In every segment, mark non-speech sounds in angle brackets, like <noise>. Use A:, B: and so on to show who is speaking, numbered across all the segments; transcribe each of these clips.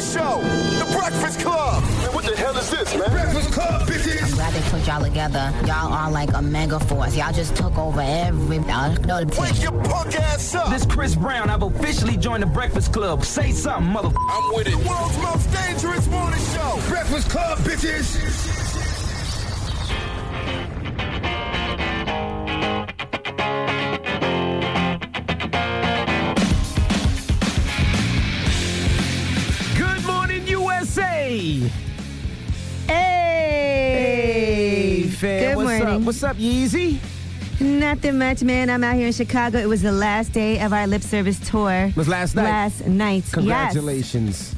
A: show, The Breakfast Club. Man, what the hell is this, man? Breakfast Club, bitches.
B: Glad they put y'all together. Y'all are like a mega force. Y'all just took over every. No, no,
A: Wake your punk ass up.
C: This Chris Brown, I've officially joined the Breakfast Club. Say something, mother.
A: I'm with it. World's most dangerous morning show. Breakfast Club, bitches.
C: Good morning, USA.
D: Hey,
C: Hey, fam.
D: Good
C: What's
D: morning.
C: up? What's up, Yeezy?
D: Nothing much, man. I'm out here in Chicago. It was the last day of our lip service tour.
C: was last night.
D: Last night. <sighs>
C: Congratulations.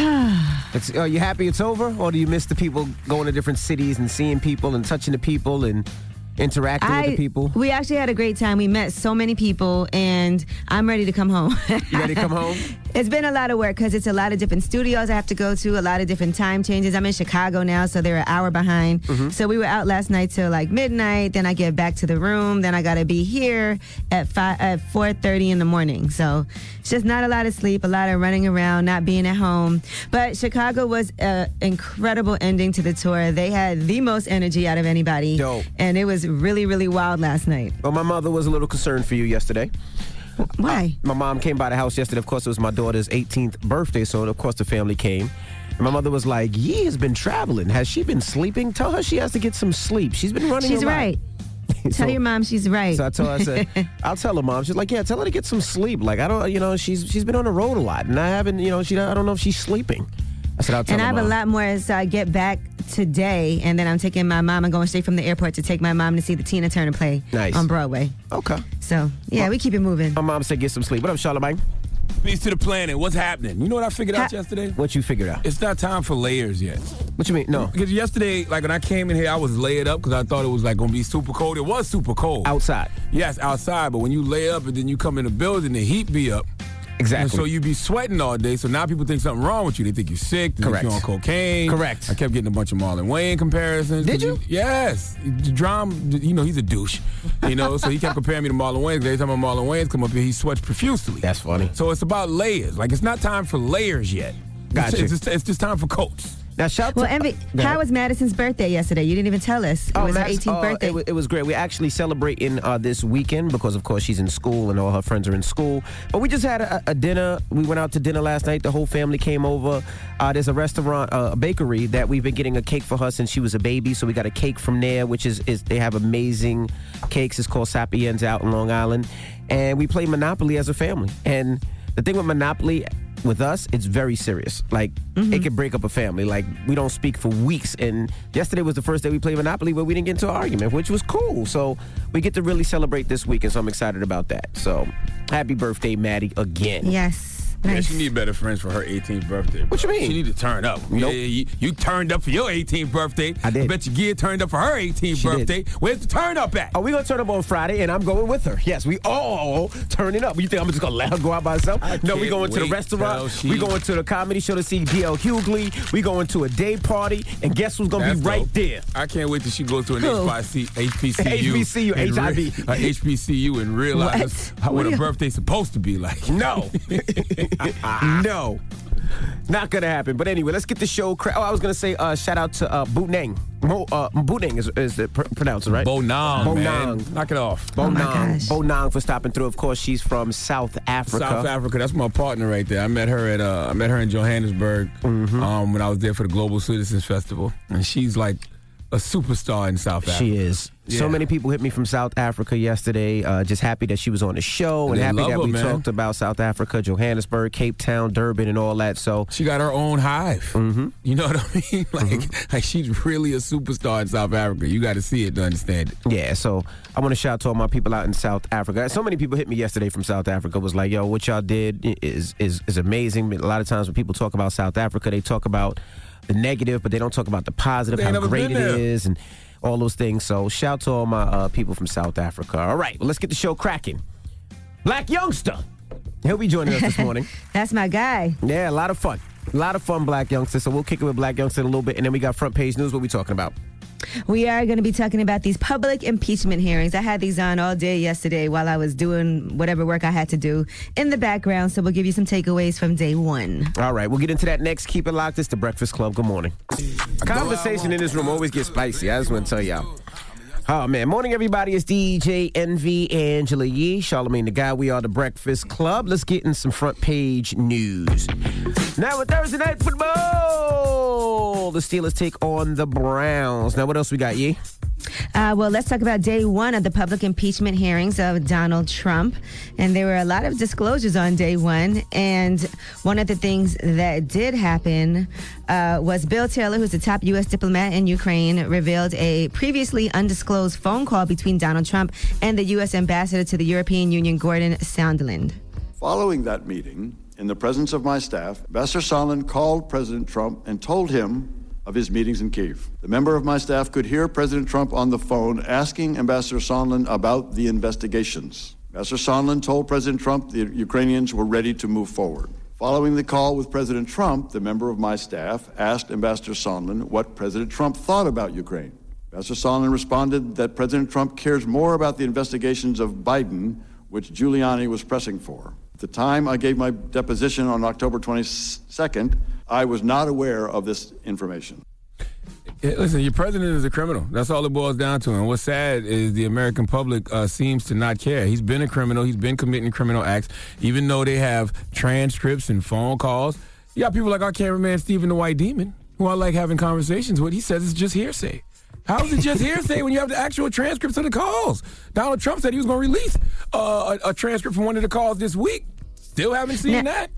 C: it's, are you happy it's over, or do you miss the people going to different cities and seeing people and touching the people and interacting
D: Yes.
C: with
D: I,
C: the people?
D: We actually had a great time. We met so many people, and I'm ready to come home. <laughs>
C: You ready to come home?
D: It's been a lot of work because it's a lot of different studios I have to go to, a lot of different time changes. I'm in Chicago now, so they're an hour behind.
C: Mm-hmm.
D: So we were out last night till like midnight. Then I get back to the room. Then I gotta be here at five at four thirty in the morning. So it's just not a lot of sleep, a lot of running around, not being at home. But Chicago was an incredible ending to the tour. They had the most energy out of anybody,
C: Dope.
D: and it was really really wild last night.
C: Well, my mother was a little concerned for you yesterday.
D: Why?
C: My mom came by the house yesterday. Of course, it was my daughter's 18th birthday, so of course the family came. And my mother was like, "Yee has been traveling. Has she been sleeping? Tell her she has to get some sleep. She's been running.
D: she's
C: a lot." <laughs>
D: right.
C: So-
D: Tell your mom she's right.
C: So I told her, I
D: <laughs>
C: said, "I'll tell her, mom." She's like, "Yeah, tell her to get some sleep. Like I don't, you know, she's she's been on the road a lot, and I haven't, you know, she I don't know if she's sleeping." I said, "I'll tell
D: and
C: her."
D: I have
C: Mom."
D: a lot more. So I get back today, and then I'm taking my mom. I'm going straight from the airport to take my mom to see the Tina Turner play
C: Nice.
D: on Broadway.
C: Okay.
D: So yeah, we keep it moving.
C: My mom said, "Get some sleep." What up, Charlamagne?
E: Peace to the planet. What's happening? You know what I figured out
D: Ha-
E: yesterday?
C: What you figured out?
E: It's not time for layers yet.
C: What you mean? No,
E: Because yesterday, like when I came in here, I was layered up because I thought it was like going to be super cold. It was super cold.
C: outside.
E: Yes, outside. But when you lay up and then you come in the building, the heat be up. And
C: Exactly.
E: so you be sweating all day. So now people think something wrong with you. They think you're sick. They
C: Correct.
E: Think you're on cocaine.
C: Correct.
E: I kept getting a bunch of Marlon Wayne comparisons.
C: Did
E: 'Cause
C: you?
E: Yes. Drum, you know, he's a douche. You know, so he kept comparing me to Marlon Wayne. Every time Marlon Wayne's come up here, he sweats profusely.
C: That's funny.
E: So it's about layers. Like it's not time for layers yet.
C: Gotcha.
E: It's, it's just, it's just time for coats.
C: Now shout
D: well,
C: to
D: Envy,
C: Uh, Go ahead.
D: how was Madison's birthday yesterday? You didn't even tell us. It was her
C: Max,
D: 18th
C: uh,
D: birthday.
C: It was, it was great. We're actually celebrating uh, this weekend because, of course, she's in school and all her friends are in school. But we just had a, a dinner. We went out to dinner last night. The whole family came over. Uh, there's a restaurant, uh, a bakery that we've been getting a cake for her since she was a baby. So we got a cake from there, which is, is they have amazing cakes. It's called Sapiens out in Long Island. And we play Monopoly as a family. And the thing with Monopoly with us, it's very serious. Like it could break up a family. Like we don't speak for weeks. And yesterday was the first day we played Monopoly where we didn't get into an argument, which was cool. So we get to really celebrate this week, and so I'm excited about that. So happy birthday, Maddie, again.
D: yes. Nice.
E: better friends for her 18th birthday.
C: What you mean?
E: She need to turn up.
C: Nope.
E: Yeah, you, you turned up for your 18th birthday.
C: I did.
E: I bet your gear turned up for her 18th
C: She did.
E: birthday. Where's the turn up at?
C: Are Oh, we gonna turn up on Friday? And I'm going with her. Yes, we all turning up. You think I'm just gonna let her go out by herself?
E: I
C: No, we going to
E: can't
C: the
E: wait till
C: restaurant.
E: she-
C: We going to the comedy show to see DL Hughley. We going to a day party, and guess who's gonna
E: That's
C: be right
E: dope.
C: there?
E: I can't wait till she goes to an
D: Who?
E: HBC,
C: <laughs>
E: HBCU.
C: HBCU,
E: and re-
C: HIV.
E: uh, HBCU and realizes
D: What?
E: how,
D: What
E: what
D: do
E: a
D: you-
E: birthday's supposed to be like. <laughs>
C: No. Oh no. Not gonna happen. But anyway, let's get the show. Cra- oh, I was gonna say uh, shout out to uh, Bunang. Mo- uh, Bunang is, is the pr- pronouncer, right?
E: Bonang, man.
C: Bonang.
E: Knock it off.
C: Bonang.
D: my gosh.
C: Bonang for stopping through. Of course, she's from South Africa.
E: South Africa. That's my partner right there. I met her at uh, I met her in Johannesburg
C: Mm-hmm.
E: um, when I was there for the Global Citizens Festival, and she's like a superstar in South Africa.
C: She is. So
E: Yeah.
C: many people hit me from South Africa yesterday. Uh, just happy that she was on the show and
E: They
C: happy
E: love
C: that
E: her,
C: we
E: man.
C: talked about South Africa, Johannesburg, Cape Town, Durban, and all that. So
E: She got her own hive. Mm-hmm. You know what I <laughs> mean? Like,
C: Mm-hmm.
E: like she's really a superstar in South Africa. You got to see it to understand it.
C: Yeah, so I want to shout out to all my people out in South Africa. So many people hit me yesterday from South Africa. Was like, yo, what y'all did i- is is is amazing. A lot of times when people talk about South Africa, they talk about the negative, but they don't talk about the positive,
E: They ain't
C: how
E: never
C: great
E: been
C: it
E: there.
C: is, and all those things. So shout out to all my uh, people from South Africa. All right, well, let's get the show cracking. Black youngster, he'll be joining us this morning.
D: That's my guy.
C: Yeah, a lot of fun, a lot of fun, Black youngster. So we'll kick it with Black youngster in a little bit, and then we got front page news. What we talking about?
D: We are going to be talking about these public impeachment hearings. I had these on all day yesterday while I was doing whatever work I had to do in the background. So we'll give you some takeaways from day one.
C: All right, we'll get into that next. Keep it locked. It's the Breakfast Club. Good morning. Conversation in this room always gets spicy. I just want to tell y'all. Oh man, morning everybody. It's DJ NV Angela Yee, Charlemagne the Guy. We are the Breakfast Club. Let's get in some front page news. Now with Thursday night football, the Steelers take on the Browns. Now what else we got, Yee?
D: Uh, well, let's talk about day one of the public impeachment hearings of Donald Trump. And there were a lot of disclosures on day one. And one of the things that did happen uh, was Bill Taylor, who's the top U.S. diplomat in Ukraine, revealed a previously undisclosed phone call between Donald Trump and the U.S. ambassador to the European Union, Gordon Soundland.
F: Following that meeting, in the presence of my staff, Ambassador Sondland called President Trump and told him of his meetings in Kiev. The member of my staff could hear President Trump on the phone asking Ambassador Sondland about the investigations. Ambassador Sondland told President Trump the Ukrainians were ready to move forward. Following the call with President Trump, the member of my staff asked Ambassador Sondland what President Trump thought about Ukraine. Ambassador Sondland responded that President Trump cares more about the investigations of Biden, which Giuliani was pressing for. At the time I gave my deposition on October 22nd, I was not aware of this information.
E: Yeah, Listen, your president is a criminal. That's all it boils down to. And what's sad is the American public uh, seems to not care. He's been a criminal. He's been committing criminal acts, even though they have transcripts and phone calls. You got people like our cameraman Stephen the White Demon, who I like having conversations with. He says it's just hearsay. How is it just hearsay when you have the actual transcripts of the calls? Donald Trump said he was going to release uh, a, a transcript from one of the calls this week. Still haven't seen
D: Now-
E: that.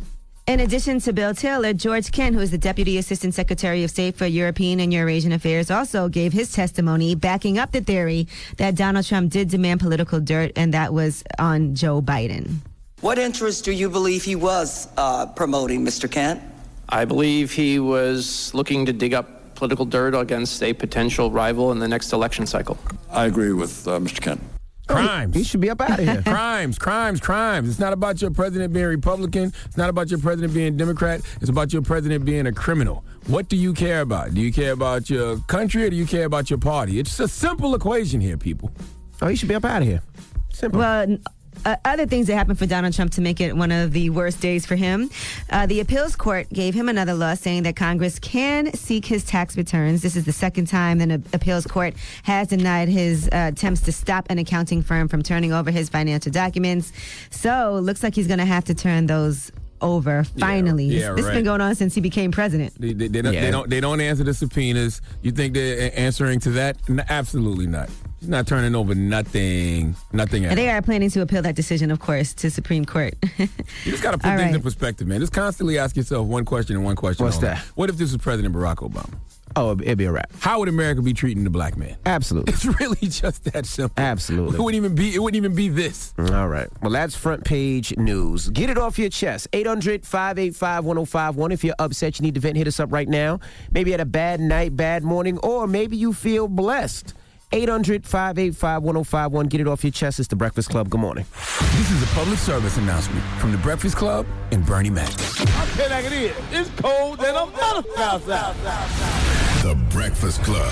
D: In addition to Bill Taylor, George Kent, who is the Deputy Assistant Secretary of State for European and Eurasian Affairs, also gave his testimony backing up the theory that Donald Trump did demand political dirt, and that was on Joe Biden.
G: What interest do you believe he was uh, promoting, Mr. Kent?
H: I believe he was looking to dig up political dirt against a potential rival in the next election cycle.
F: I agree with uh, Mr. Kent.
E: Crimes.
C: Oh, He should be up out of here.
E: <laughs> crimes, crimes, crimes. It's not about your president being Republican. It's not about your president being Democrat. It's about your president being a criminal. What do you care about? Do you care about your country or do you care about your party? It's a simple equation here, people.
C: Oh, he should be up out of here. Simple.
D: Well, n- uh, other things that happened for Donald Trump to make it one of the worst days for him. Uh, the appeals court gave him another law saying that Congress can seek his tax returns. This is the second time that an appeals court has denied his uh, attempts to stop an accounting firm from turning over his financial documents. So, looks like he's going to have to turn those over finally.
E: yeah,
D: It's- it's
E: right.
D: been going on since he became president.
E: They, they- they don't,
C: Yeah.
E: they, don't, they don't answer the subpoenas. You think they're a- answering to that? N- absolutely not. He's not turning over nothing. Nothing at
D: And
E: all.
D: they are planning to appeal that decision, of course, to Supreme Court.
E: You just got to put
D: All
E: things in
D: right.
E: perspective, man. Just constantly ask yourself one question and one question
C: What's
E: only.
C: that?
E: What if this was President Barack Obama?
C: oh, it'd be a wrap.
E: How would America be treating the black man?
C: Absolutely.
E: It's really <laughs> just that simple.
C: Absolutely.
E: It wouldn't even be. It wouldn't even be this.
C: All right. Well, that's front page news. Get it off your chest. 800 585 1051. If you're upset, you need to vent, hit us up right now. Maybe had a bad night, bad morning, or maybe you feel blessed. 800 585 1051. Get it off your chest. It's the Breakfast Club. Good morning.
E: This is a public service announcement from the Breakfast Club and Bernie Mac.
A: The Breakfast Club.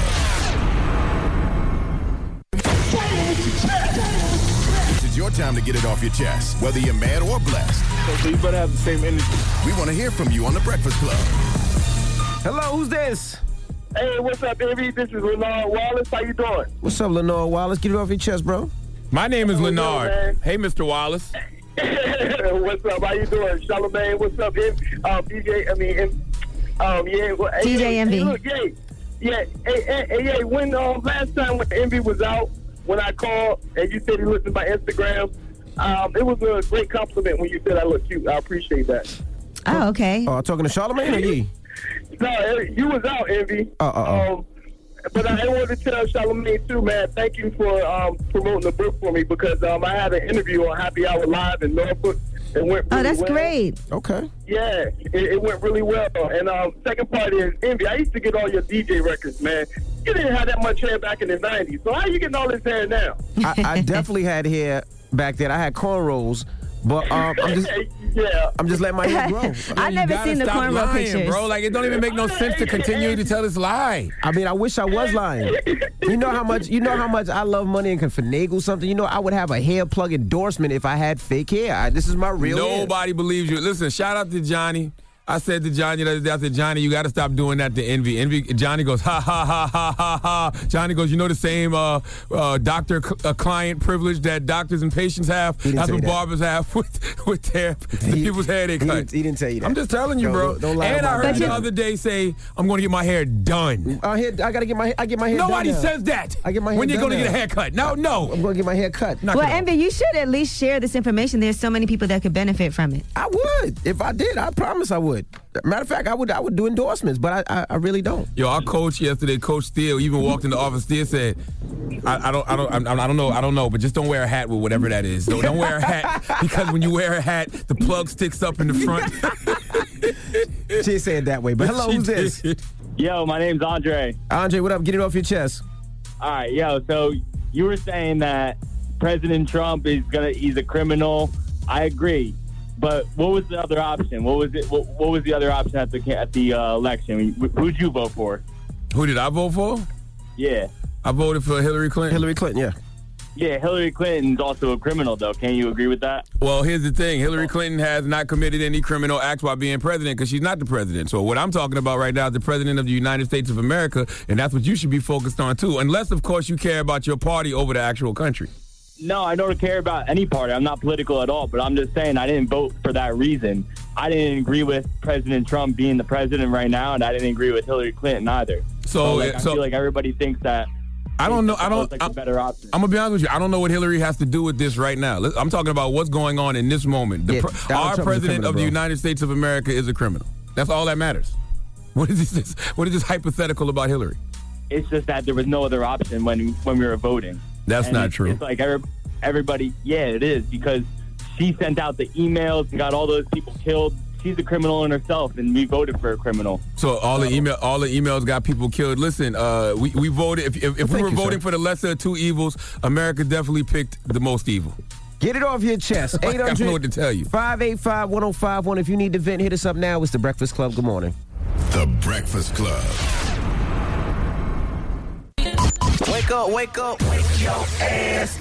A: This is your time to get it off your chest, whether you're mad or blessed.
I: So you better have the same energy.
A: We want to hear from you on The Breakfast Club.
C: Hello, who's this?
I: Hey, what's up, baby? This is Renard Wallace. How you doing?
C: What's up, Lenore Wallace? Get it off your chest, bro.
E: My name is
I: Hello,
E: Leonard.
I: man.
E: Hey, Mr. Wallace.
I: <laughs> what's up? How you doing, Charlamagne? What's up, M- um, DJ? I mean, M- um, yeah. Well, hey, hey,
D: DJ
I: hey,
D: Envy.
I: look, yeah, yeah. Hey, hey, hey, yeah, when um, last time when Envy was out, when I called and you said he looked at my Instagram, um, it was a great compliment when you said I look cute. I appreciate that.
D: oh, okay.
C: Uh, talking to Charlemagne or ye?
I: No, eh, you was out, Envy.
C: Uh, uh, uh.
I: Um, but I wanted to tell Charlamagne too, man. Thank you for um, promoting the book for me because um, I had an interview on Happy Hour Live in Norfolk. It went.
D: Oh,
I: really
D: that's
I: well.
D: great.
C: Okay.
I: Yeah, it, it went really well. And um, second part is Envy. I used to get all your DJ records, man. You didn't have that much hair back in the
D: <laughs>
I: '90s, so how you getting all this hair now?
C: I, I definitely had hair back then. I had cornrows, But um,
I: <laughs>
C: I'm just,
D: <laughs>
I: yeah.
C: I'm just letting my hair grow.
D: I
E: You
D: never
E: gotta
D: seen the
E: stop
D: cornrow
E: lying,
D: pictures.
E: bro. Like it don't even make no sense to continue to tell this lie.
C: I mean, I wish I was lying. You know how much you know how much I love money and can finagle something. You know, I would have a hair plug endorsement if I had fake hair. I, this is my real. hair.
E: Nobody believes you. Listen, shout out to Johnny. I said to Johnny the other day, I said, Johnny, you got to stop doing that to Envy. Envy, Johnny goes, ha, ha, ha, ha, ha, ha. Johnny goes, you know the same uh, uh, doctor cl- uh, client privilege that doctors and patients have?
C: didn't
E: That's
C: say
E: what
C: that.
E: barbers have <laughs> with, with their the
C: He-
E: people's hair they
C: he
E: cut.
C: didn't- he didn't tell you that.
E: I'm just telling you,
C: Don't-
E: bro.
C: don't- don't lie
E: and I
C: about
E: heard
C: that.
E: the other day say, I'm going to get my hair done.
C: Uh, hair, I gotta get my I get my hair. done
E: Nobody
C: now.
E: says that.
C: I get my hair
E: When you're
C: done
E: going to get a
C: now.
E: haircut. No,
C: I'm
E: no.
C: gonna get my hair cut.
D: <laughs>
E: Knock
D: Well,
E: it off.
D: Envy, you should at least share this information. There's so many people that could benefit from it.
C: I would if I did. I promise I would. Matter of fact, I would I would do endorsements, but I I, I really don't.
E: Yo, our coach yesterday, Coach Steele, even walked in the office. Steele said, I, "I don't, I don't, I'm- I'm- I don't know, I don't know, but just don't wear a hat with whatever that is. Don't, don't wear
C: <laughs>
E: a hat because when you wear a hat, the plug sticks up in the front."
C: She said that way. But hello,
E: She
C: who's this?
E: did.
J: Yo, my name's Andre.
C: Andre, what up? Get it off your chest.
J: All right, yo. So you were saying that President Trump is gonna—he's a criminal. I agree. But what was the other option? What was it? What, what was the other option at the ca- at the uh, election? Wh- Who'd you vote for?
E: Who did I vote for?
J: Yeah,
E: I voted for Hillary Clinton.
C: Hillary Clinton. Yeah.
J: yeah. Hillary Clinton's also a criminal, though. Can you agree with that? Oh.
E: Well, here's the thing: Hillary Clinton has not committed any criminal acts while being president because she's not the president. So what I'm talking about right now is the president of the United States of America, and that's what you should be focused on too. Unless, of course, you care about your party over the actual country.
J: No, I don't care about any party. I'm not political at all, but I'm just saying I didn't vote for that reason. I didn't agree with President Trump being the president right now, and I didn't agree with Hillary Clinton either.
E: So,
J: like, I
E: so
J: feel like everybody thinks that.
E: I don't know. I
J: was,
E: don't.
J: Like
E: I-
J: the better option.
E: I'm gonna be honest with you. I don't know what Hillary has to do with this right now. Let- I'm talking about what's going on in this moment. The
C: Yeah,
E: pre-
C: Donald
E: our
C: Trump is a
E: president
C: criminal,
E: of the
C: bro.
E: United States of America is a criminal. That's all that matters. What is this? <laughs> What is this hypothetical about Hillary?
J: It's just that there was no other option when when we were voting.
E: That's
J: And
E: not
J: it's-
E: true.
J: It's like every, everybody, yeah, it is because she sent out the emails and got all those people killed. She's a criminal in herself, and we voted for a criminal.
E: So all the email, all the emails got people killed. Listen, uh, we, we voted. If, if, if we
C: Thank
E: were
C: you, sir.
E: voting for the lesser of two evils, America definitely picked the most evil.
C: Get it off your chest.
E: <laughs> I don't know what to tell you.
C: 585 1051. If you need to vent, hit us up now. It's The Breakfast Club. Good morning.
A: The Breakfast Club.
K: Wake up, wake up.
A: This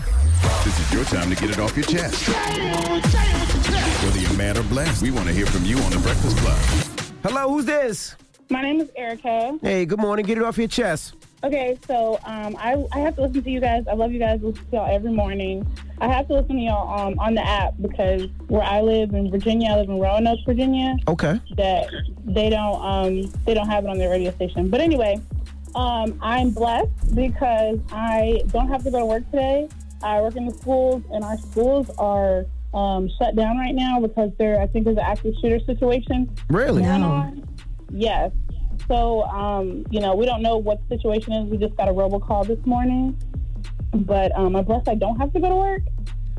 A: is your time to get it off your chest. Whether you're mad or blessed, we want to hear from you on The Breakfast Club.
C: Hello, who's this?
L: My name is Erica.
C: Hey, good morning. Get it off your chest.
L: Okay, so um, I, I have to listen to you guys. I love you guys. Listen to y'all every morning. I have to listen to y'all um, on the app because where I live in Virginia, I live in Roanoke, Virginia.
C: Okay.
L: That they don't um, they don't have it on their radio station. But anyway, um, I'm blessed because I don't have to go to work today. I work in the schools, and our schools are um, shut down right now because there I think is an active shooter situation
C: Really?
L: going on. Yes. So, um, you know, we don't know what the situation is. We just got a robocall this morning. But um, I'm blessed I don't have to go to work.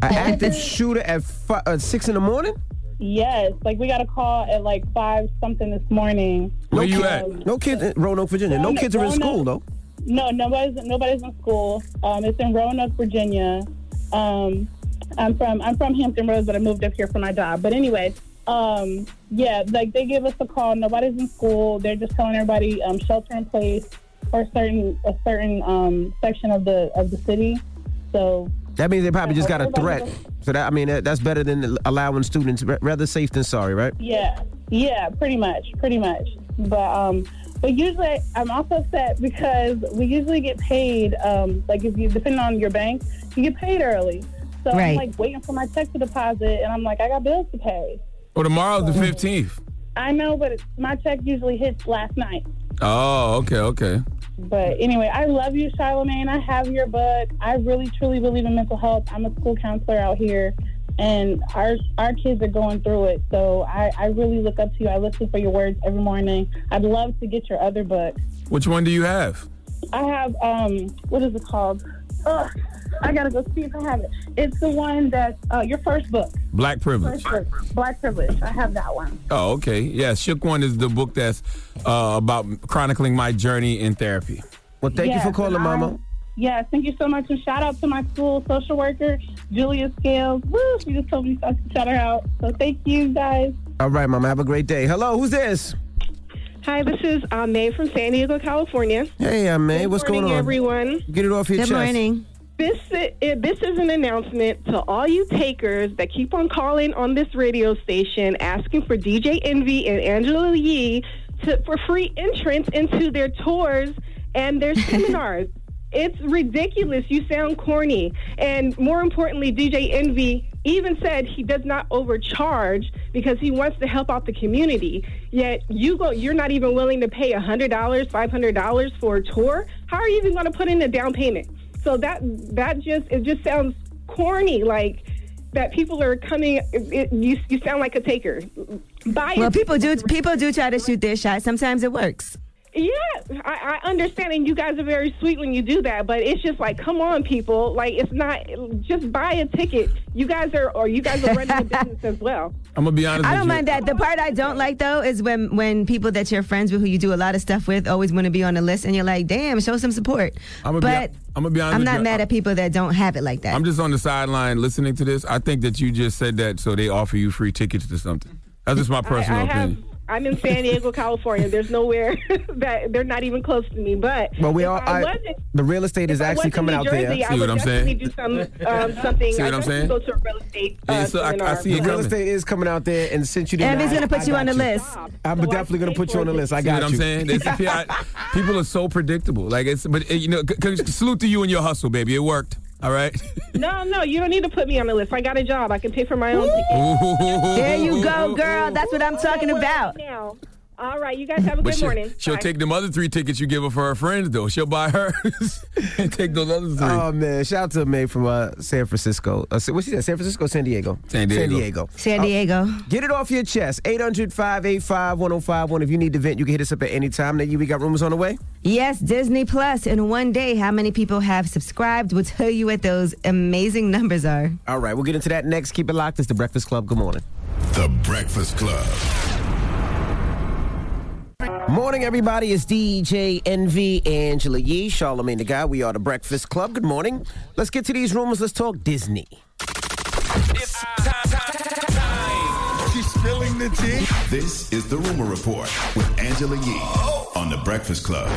C: An active shooter at fi- uh, 6 in the morning?
L: Yes. Like, we got a call at like 5 something this morning.
E: Where you
C: kid-
E: at?
C: No kids in Roanoke, Virginia. No
L: Roanoke-
C: kids are in school, though.
L: Roanoke. No, nobody's, nobody's in school. Um, it's in Roanoke, Virginia. Um, I'm from I'm from Hampton Roads, but I moved up here for my job. But anyway, um, yeah, like they give us a call. Nobody's in school. They're just telling everybody um, shelter in place for a certain a certain um, section of the of the city. So
C: That means they probably just got a
L: Everybody
C: threat. So, that I mean, that, that's better than allowing students, ra- rather safe than sorry, right?
L: yeah, yeah, pretty much, pretty much. But um, but usually I'm also upset because we usually get paid. Um, like if you depending on your bank, you get paid early. So
D: Right.
L: I'm like waiting for my check to deposit, and I'm like I got bills to pay.
E: Well, tomorrow's the 15th.
L: I know, but it's, my check usually hits last night.
E: Oh, okay, okay.
L: But anyway, I love you, Charlemagne. I have your book. I really, truly believe in mental health. I'm a school counselor out here, and our our kids are going through it. So I, I really look up to you. I listen for your words every morning. I'd love to get your other book.
E: Which one do you have?
L: I have um, what is it called? Ugh, I gotta go see if I have it. It's the one that uh, your first book,
E: Black Privilege.
L: first book, Black Privilege. I have that one.
E: Oh, okay. Yeah, Shook One is the book that's uh, about chronicling my journey in therapy.
C: Well, thank you
L: Yes,
C: for calling,
L: and
C: Mama.
L: I'm-
M: Yes, thank you so much. And shout out to my school social worker, Julia Scales. Woo, she just told me to shout her out. So thank you guys.
C: All right, Mama. Have a great day. Hello, who's this?
N: Hi, this is uh, May from San Diego, California.
C: Hey, uh, May.
N: Good
C: What's
N: morning,
C: going on?
N: everyone.
C: Get it off your chest.
N: This i- it- this is an announcement to all you takers that keep on calling on this radio station asking for DJ Envy and Angela Yee to, for free entrance into their tours and their seminars. It's ridiculous. You sound corny. And more importantly, DJ Envy even said he does not overcharge because he wants to help out the community. Yet you go you're not even willing to pay $100, $500 for a tour. How are you even going to put in a down payment? So that that just it just sounds corny like that people are coming it, it- you you sound like a taker. Buy
D: Well,
N: it.
D: people do people do try to shoot their shot. Sometimes it works.
N: Yeah, I, I understand, and you guys are very sweet when you do that. But it's just like, come on, people! Like, it's not just buy a ticket. You guys are, or you guys are running
D: <laughs>
N: a business as well.
E: I'm gonna be honest.
D: I
E: with
D: don't
E: you.
D: mind that. The part I don't like though is when when people that you're friends with, who you do a lot of stuff with, always want to be on the list, and you're like, damn, show some support.
E: I'ma be-
D: but
E: I'ma be honest
D: I'm
E: with
D: not
E: you.
D: mad at people that don't have it like that.
E: I'm just on the sideline listening to this. I think that you just said that so they offer you free tickets to something. That's just my personal
N: I have-
E: opinion.
N: I'm in San Diego, California. There's nowhere <laughs> that they're not even close to me. But
C: Well, we
N: if
C: all.
N: I
C: I,
N: wasn't,
C: the real estate is
N: if I
C: actually
N: wasn't
C: coming
N: in
C: out
N: Jersey,
C: there.
N: I would definitely do some, um, something.
C: See what
N: I'd
C: I'm
N: definitely
C: saying?
N: Go to a real estate. Uh,
C: Yeah, so I- I
N: seminar,
C: see it
N: but-
C: coming. Real estate is coming out there, and since you
D: Evan's
C: denied,
D: gonna put
C: I
D: you
C: got
D: on the list.
C: I'm definitely gonna put you on the list. I
E: See
C: got
E: what I'm
C: you.
N: <laughs>
E: saying? They say, yeah,
C: <laughs>
E: I- people are so predictable. Like it's, but uh, you know, c- c- salute to you and your hustle, baby. It worked. All right.
N: No, no, you don't need to put me on the list. I got a job. I can pay for my own ticket.
D: There
E: there
D: you go, girl. That's what I'm talking about.
N: Now, all right, you guys have a
E: But
N: good
E: she,
N: morning.
E: she'll
N: Bye.
E: take them other three tickets you give her for her friends, though. She'll buy <laughs> hers and take those other three.
C: Oh man! Shout out to May from uh, San Francisco. Uh, what she said? San Francisco, San Diego,
E: San Diego.
C: San Diego. Uh,
D: San Diego.
C: Get it off your chest. 800-585-1051. If you need to vent, you can hit us up at any time. Nigga, we got rumors on the way.
D: Yes, Disney Plus. In one day, how many people have subscribed will tell you what those amazing numbers are.
C: All right, we'll get into that next. Keep it locked. It's The Breakfast Club. Good morning.
A: The Breakfast Club.
C: Morning, everybody. It's DJ NV, Angela Yee, Charlemagne the Guy. We are The Breakfast Club. Good morning. Let's get to these rumors. Let's talk Disney.
A: She's spilling the tea. This is the Rumor Report with Angela Yee on The Breakfast Club.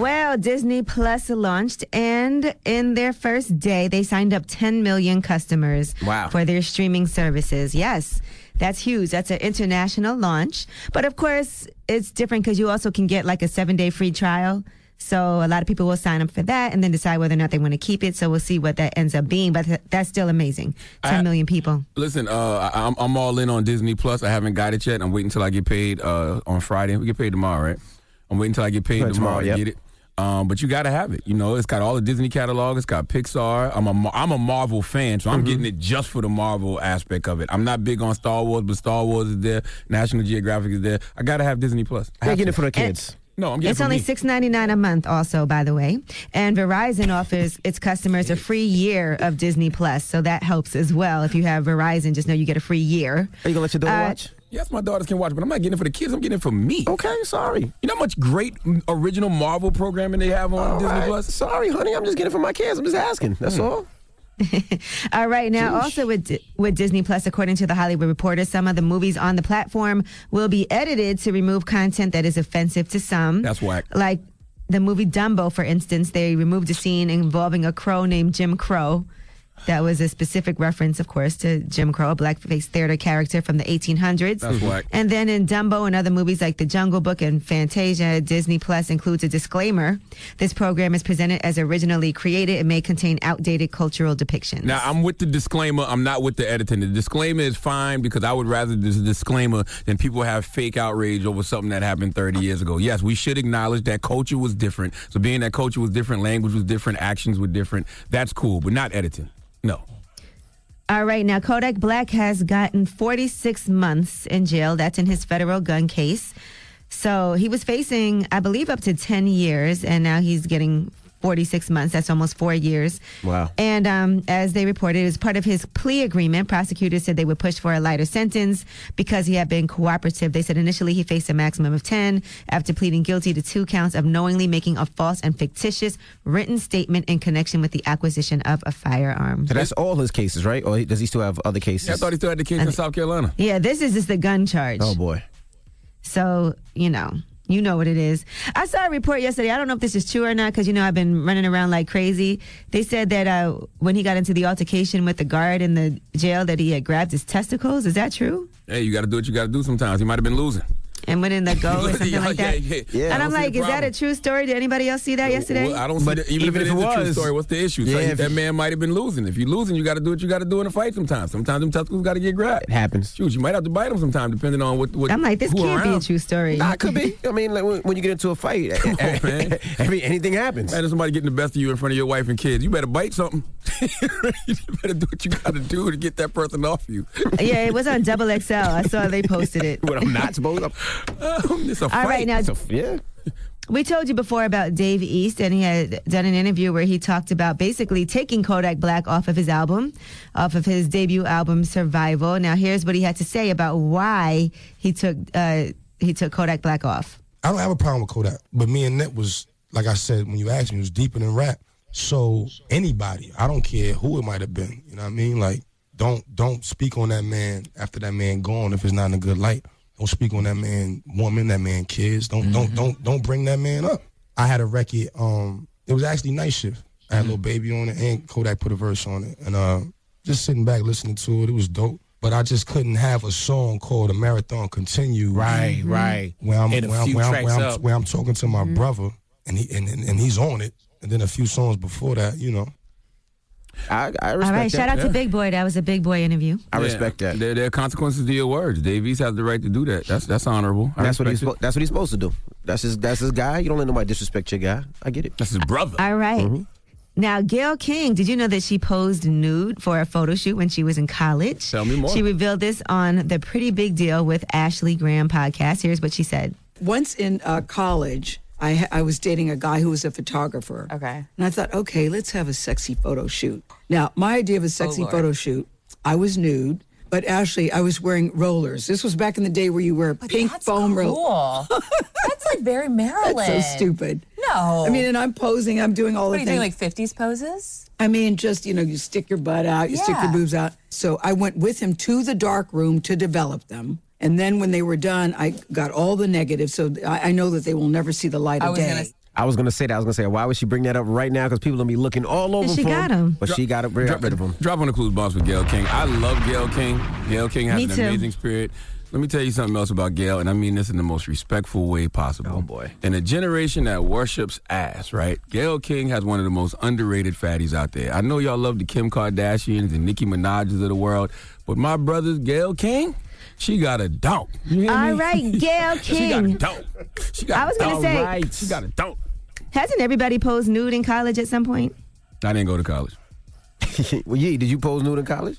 D: Well, Disney Plus launched, and in their first day, they signed up 10 million customers
O: Wow.
D: for their streaming services. Yes, that's huge. That's an international launch. But of course, it's different because you also can get like a seven day free trial. So a lot of people will sign up for that and then decide whether or not they want to keep it. So we'll see what that ends up being. But th- that's still amazing.
E: I-
D: 10 million people.
E: Listen, uh, I, I'm, I'm all in on Disney Plus. I haven't got it yet. I'm waiting until I get paid uh, on Friday. We get paid tomorrow, right? I'm waiting until I get paid
C: Right,
E: tomorrow,
C: tomorrow, yep.
E: to get it. Um, but you got to have it. You know, it's got all the Disney catalog. It's got Pixar. I'm a Mar- I'm a Marvel fan, so I'm
C: Mm-hmm.
E: getting it just for the Marvel aspect of it. I'm not big on Star Wars, but Star Wars is there. National Geographic is there. I got to have Disney Plus. I have
C: You're getting it
E: to.
C: for the kids.
E: No, I'm getting
D: It's
E: it for
D: only
E: me.
D: six ninety nine a month, also by the way. And Verizon offers its customers a free year of Disney Plus, so that helps as well. If you have Verizon, just know you get a free year.
C: Are you gonna let your
D: Uh,
E: Yes, my daughters can watch, but I'm not getting it for the kids. I'm getting it for me.
C: Okay, sorry.
E: You know how much great mm, original Marvel programming they have on Disney Plus? Hmm.
C: Sorry, honey. I'm just getting it for my kids. I'm just asking. That's all.
D: All right, now also with Di- with Disney Plus, according to the Hollywood Reporter, some of the movies on the platform will be edited to remove content that is offensive to some.
E: That's whack.
D: Like the movie Dumbo, for instance, they removed a scene involving a crow named Jim Crow. That was a specific reference, of course, to Jim Crow, a blackface theater character from the 1800s.
P: That's whack.
D: And then in Dumbo and other movies like The Jungle Book and Fantasia, Disney Plus includes a disclaimer. This program is presented as originally created and may contain outdated cultural depictions.
E: Now I'm with the disclaimer. I'm not with the editing. The disclaimer is fine because I would rather this disclaimer than people have fake outrage over something that happened 30 years ago. Yes, we should acknowledge that culture was different. So being that culture was different, language was different, actions were different. That's cool, but not editing. No.
D: All right, now Kodak Black has gotten 46 months in jail. That's in his federal gun case. So he was facing, I believe, up to 10 years, and now he's getting 46 months. That's almost four years.
C: Wow.
D: And um, as they reported, as part of his plea agreement, prosecutors said they would push for a lighter sentence because he had been cooperative. They said initially he faced a maximum of 10 after pleading guilty to two counts of knowingly making a false and fictitious written statement in connection with the acquisition of a firearm.
C: So that's all his cases, right? Or he- does he still have other cases?
E: I thought he still had the kids in South Carolina.
D: Yeah, this is just the gun charge.
C: Oh boy.
D: So, you know, you know what it is. I saw a report yesterday. I don't know if this is true or not because, you know, I've been running around like crazy. They said that uh, when he got into the altercation with the guard in the jail that he had grabbed his testicles. Is that true?
E: Hey, you got to do what you got to do sometimes. He might have been losing.
D: And wouldn't
E: <laughs>
D: let go or something
E: Yeah,
D: like
E: yeah,
D: that.
E: yeah. Yeah, I
D: and
E: don't
D: I'm
E: see
D: like,
E: the
D: is that a true story? Did anybody else see that yesterday?
E: Well, I don't see that, even, if it is a true story, what's the issue? so
C: Yeah,
E: he-
C: if-
E: that man might have been losing. If you're losing, you got to do what you got to do in a fight sometimes. Sometimes them testicles got to get grabbed. It
C: happens.
E: Shoot, you might have to bite them sometime, depending on what, what
D: I'm like, this
E: who
D: can't be a
E: around.
D: true story.
C: Nah, it could be. I mean, like when, when you get into a fight, <laughs>
E: man.
C: anything happens.
E: Imagine somebody getting the best of you in front of your wife and kids. You better bite something. <laughs> you better do what you got to do to get that person off you.
D: <laughs> yeah, it was on Double XL. I saw they posted it.
E: what I'm not supposed to. <laughs> it's a
D: All
E: fight.
D: right, now-
E: It's a- yeah.
D: We told you before about Dave East, and he had done an interview where he talked about basically taking Kodak Black off of his album, off of his debut album, Survival. Now, here's what he had to say about why he took uh, he took Kodak Black off.
O: I don't have a problem with Kodak, but me and Nip was, like I said, when you asked me, it was deeper than rap. So anybody, I don't care who it might have been, you know what I mean? Like, don't don't speak on that man after that man gone if it's not in a good light. Don't speak on that man, woman, that man, kids. Don't
P: Mm-hmm.
O: don't don't don't bring that man up. I had a record. Um, it was actually Night Shift. I had
P: Mm-hmm.
O: a little baby on it, and Kodak put a verse on it, and uh, just sitting back listening to it, it was dope. But I just couldn't have a song called "A Marathon Continue."
P: Right, Mhm. right.
O: Where I'm,
P: And a
O: where, I'm,
P: few
O: where, I'm,
P: tracks
O: where,
P: up. Mm-hmm.
O: I'm, where I'm talking to my brother, and he and, and, and he's on it. And then a few songs before that, you know.
C: I, I
D: All right, shout out to Big Boy. That was a Big Boy interview.
C: respect
E: that. There, there are consequences to your words. Dave East has the right to do that. That's that's honorable. I
C: That's what he's
E: respect
C: spo- that's what he's supposed to do. That's his that's his guy. You don't let nobody disrespect your guy. I get it. Mm-hmm.
E: That's his brother.
D: All right. Now, Gail King, did you know that she posed nude for a photo shoot when she was in college?
E: Tell me more.
D: She revealed this on the Pretty Big Deal with Ashley Graham podcast. Here's what she said.
Q: Once in uh, college, I, ha- I was dating a guy who was a photographer. Okay. And I thought, okay, let's have a sexy photo shoot. Now, my idea of a sexy
L: Oh, Lord.
Q: photo shoot, I was nude, but actually, I was wearing rollers. This was back in the day where you wear pink foam <laughs> rollers.
L: That's like very Maryland.
Q: That's so stupid.
L: No.
Q: I mean, and I'm posing, I'm doing all
L: What are
Q: the
L: you
Q: things.
L: doing, like 50s poses?
Q: I mean, just, you know, you stick your butt out, you stick
L: Yeah.
Q: your boobs out. So I went with him to the dark room to develop them. And then when they were done, I got all the negatives. So I, I know that they will never see the light
L: I
Q: of
L: was
Q: day.
L: gonna
C: I was gonna say that. I was gonna say why would she bring that up right now? Because people gonna be looking all over.
E: she
C: for
E: got him.
C: but she got rid, got rid of him.
E: Drop on the clues bombs with Gail King. I love Gail King. Gail King has
C: Me
E: an
C: too.
E: amazing spirit. Let me tell you something else about Gail, and I mean this in the most respectful way possible. Oh boy! In a generation that worships ass, right? Gail King has one of the most underrated fatties out there. I know y'all love the Kim Kardashians and Nicki Minaj's of the world, but my brother's Gail King, she got a dump.
D: All right,
E: <laughs>
D: Gail
E: She got a
D: King.
E: dump. She got
D: I was
E: a
D: gonna
E: dump.
D: say-
E: she got a dump.
D: Hasn't everybody posed nude in college at some point?
E: I didn't go to college.
C: <laughs> well, yeah. Did you pose nude in college?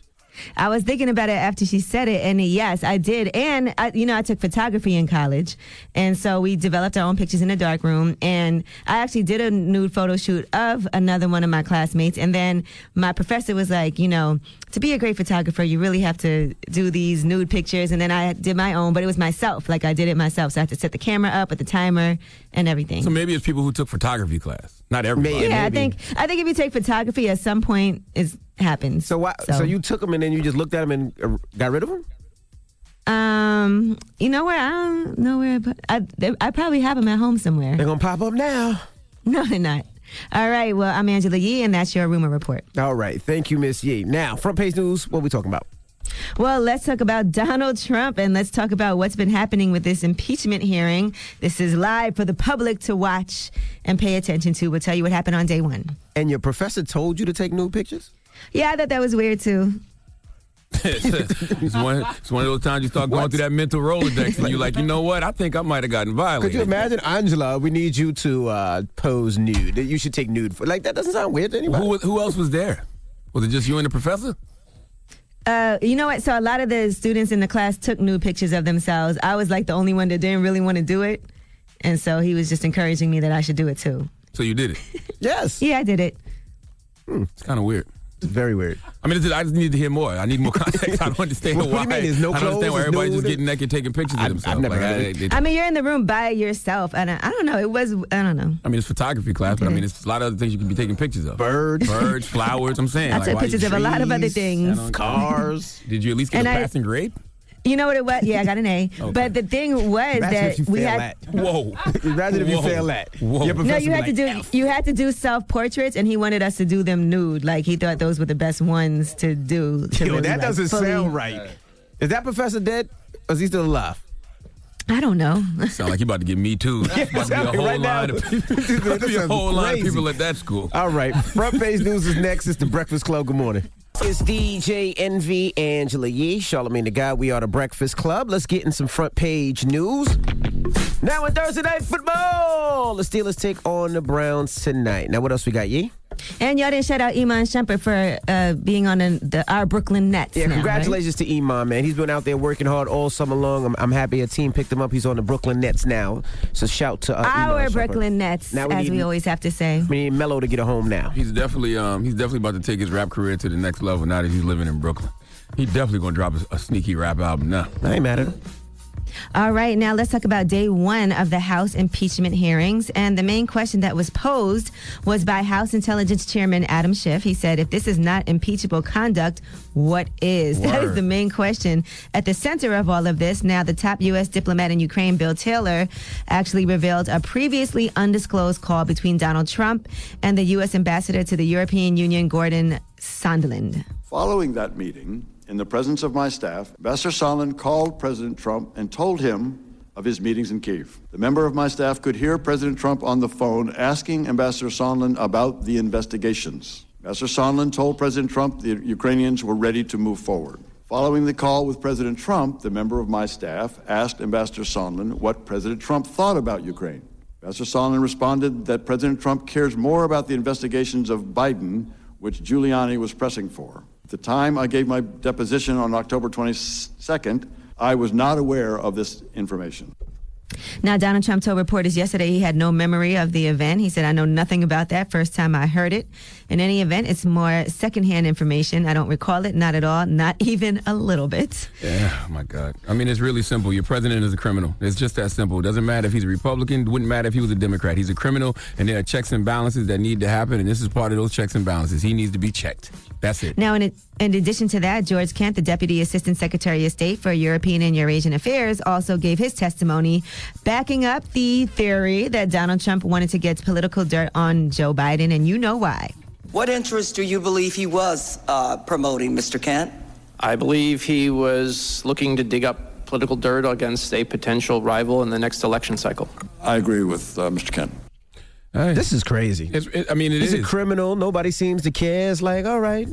D: I was thinking about it after she said it, and yes, I did. And I, you know, I took photography in college, and so we developed our own pictures in the dark room. And I actually did a nude photo shoot of another one of my classmates. And then my professor was like, you know, to be a great photographer, you really have to do these nude pictures. And then I did my own, but it was myself. Like I did it myself, so I had to set the camera up with the timer and everything.
E: So maybe it's people who took photography class. Not everybody.
D: yeah, I think I think if you take photography at some point, it happens. So why?
C: So you took him and then you just looked at him and uh, got rid of him.
D: Um, you know where? I don't know where, but I, they, I probably have them at home somewhere. They're
C: gonna pop up now.
D: <laughs> No, they're not. All right. Well, I'm Angela Yee, and that's your rumor report.
C: All right. Thank you, Miss Yee. Now, front page news. What we talking about?
D: Well, let's talk about Donald Trump and let's talk about what's been happening with this impeachment hearing. This is live for the public to watch and pay attention to. We'll tell you what happened on day one.
C: And your professor told you to take nude pictures.
D: Yeah, I thought that was weird too.
E: <laughs> it's, one, it's one of those times you start going through that mental Rolodex and you're like, you know what? I think I might have gotten violated.
C: Could you imagine, Angela? We need you to uh, pose nude. You should take nude. For, like that doesn't sound weird to anybody.
E: Who, was- who else was there? Was it just you and the professor?
D: Uh, you know what? So a lot of the students in the class took nude pictures of themselves. I was like the only one that didn't really want to do it, and so he was just encouraging me that I should do it too.
E: So you did it.
C: Yes.
D: Yeah, I did it.
E: It's kind of weird.
C: It's very weird.
E: I mean, it's, I just need to hear more. I need more context. I don't understand
C: What do you
E: why.
C: mean? There's no
E: I don't
C: clothes,
E: understand why
C: there's
E: everybody's
C: no-
E: just getting naked, taking pictures of themselves.
C: never
E: Like,
C: heard
E: I- it-
D: I mean, you're in the room by yourself, and I, I don't know. It was, I don't know.
E: I mean, it's photography class, but I mean, it's a lot of other things you can be taking pictures of.
C: Birds,
E: birds, flowers. I'm saying.
D: <laughs> I
E: like,
D: took
E: why you-
D: pictures of a lot of other
E: trees,
D: things.
E: I don't- <laughs> Did you at least get
D: And
E: a
D: I-
E: passing grade?
D: <laughs> You know what it was? Yeah, I got an A.
E: <laughs> Okay.
D: But the thing was that we had.
E: <laughs> Whoa!
C: <laughs> Imagine if you
E: Whoa.
C: fail at.
E: Whoa! <laughs>
D: No, you had to do you had to do self portraits, and he wanted us to do them nude. Like he thought those were the best ones to do.
C: <laughs>
D: to
C: Yo,
D: really,
C: that
D: like,
C: doesn't
D: fully-
C: sound right. Is that professor dead? Or is he still alive?
D: I don't know.
E: Sound like you about to get me too.
C: <laughs> Yeah,
E: about to be a
C: exactly.
E: whole
C: Right now.
E: line
C: <laughs>
E: of people.
C: This
E: about to be a
C: sounds
E: whole line of
C: crazy.
E: people at that school.
C: All right. Front page news is next. It's the Breakfast Club. Good morning. It's DJ NV Angela Yee, Charlemagne the Guy. We are the Breakfast Club. Let's get in some front page news. Now on Thursday night football, the Steelers take on the Browns tonight. Now what else we got, Yee?
D: And y'all didn't shout out Iman Shumpert for uh, being on the, the our Brooklyn Nets.
C: Yeah,
D: now, right?
C: congratulations to Iman, man. He's been out there working hard all summer long. I'm, I'm happy a team picked him up. He's on the Brooklyn Nets now. So shout to uh,
D: Our
C: Iman Shumpert.
D: Brooklyn Nets,
C: Now
D: as
C: need-
D: we always have to say.
C: We need Melo to get a home now.
E: He's definitely um he's definitely about to take his rap career to the next level now that he's living in Brooklyn. He definitely gonna drop a, a sneaky rap album now.
C: I ain't mad at him.
D: All right, now let's talk about day one of the House impeachment hearings. And the main question that was posed was by House Intelligence Chairman Adam Schiff. He said, If this is not impeachable conduct, what is? <laughs> That is
P: Word.
D: the main question at the center of all of this. Now, the top U.S. diplomat in Ukraine, Bill Taylor, actually revealed a previously undisclosed call between Donald Trump and the U.S. ambassador to the European Union, Gordon Sondland.
F: Following that meeting, in the presence of my staff, Ambassador Sondland called President Trump and told him of his meetings in Kiev. The member of my staff could hear President Trump on the phone asking Ambassador Sondland about the investigations. Ambassador Sondland told President Trump the Ukrainians were ready to move forward. Following the call with President Trump, the member of my staff asked Ambassador Sondland what President Trump thought about Ukraine. Ambassador Sondland responded that President Trump cares more about the investigations of Biden, which Giuliani was pressing for. At the time I gave my deposition on October 22nd, I was not aware of this information.
D: Now, Donald Trump told reporters yesterday he had no memory of the event. He said, I know nothing about that. First time I heard it. In any event, it's more secondhand information. I don't recall it, not at all, not <laughs> even a little bit.
E: Yeah, oh my God. I mean, it's really simple. Your president is a criminal. It's just that simple. It doesn't matter if he's a Republican. Wouldn't matter if he was a Democrat. He's a criminal, and there are checks and balances that need to happen. And this is part of those checks and balances. He needs to be checked. That's it.
D: Now, in, in addition to that, George Kent, the Deputy Assistant Secretary of State for European and Eurasian Affairs, also gave his testimony backing up the theory that Donald Trump wanted to get political dirt on Joe Biden, and you know why.
G: What interest do you believe he was uh, promoting, Mr. Kent?
H: I believe he was looking to dig up political dirt against a potential rival in the next election cycle.
F: I agree with uh, Mr. Kent.
C: This is crazy.
E: It's, it, I mean, it
C: He's a
E: is.
C: criminal. Nobody seems to care. It's like, all right,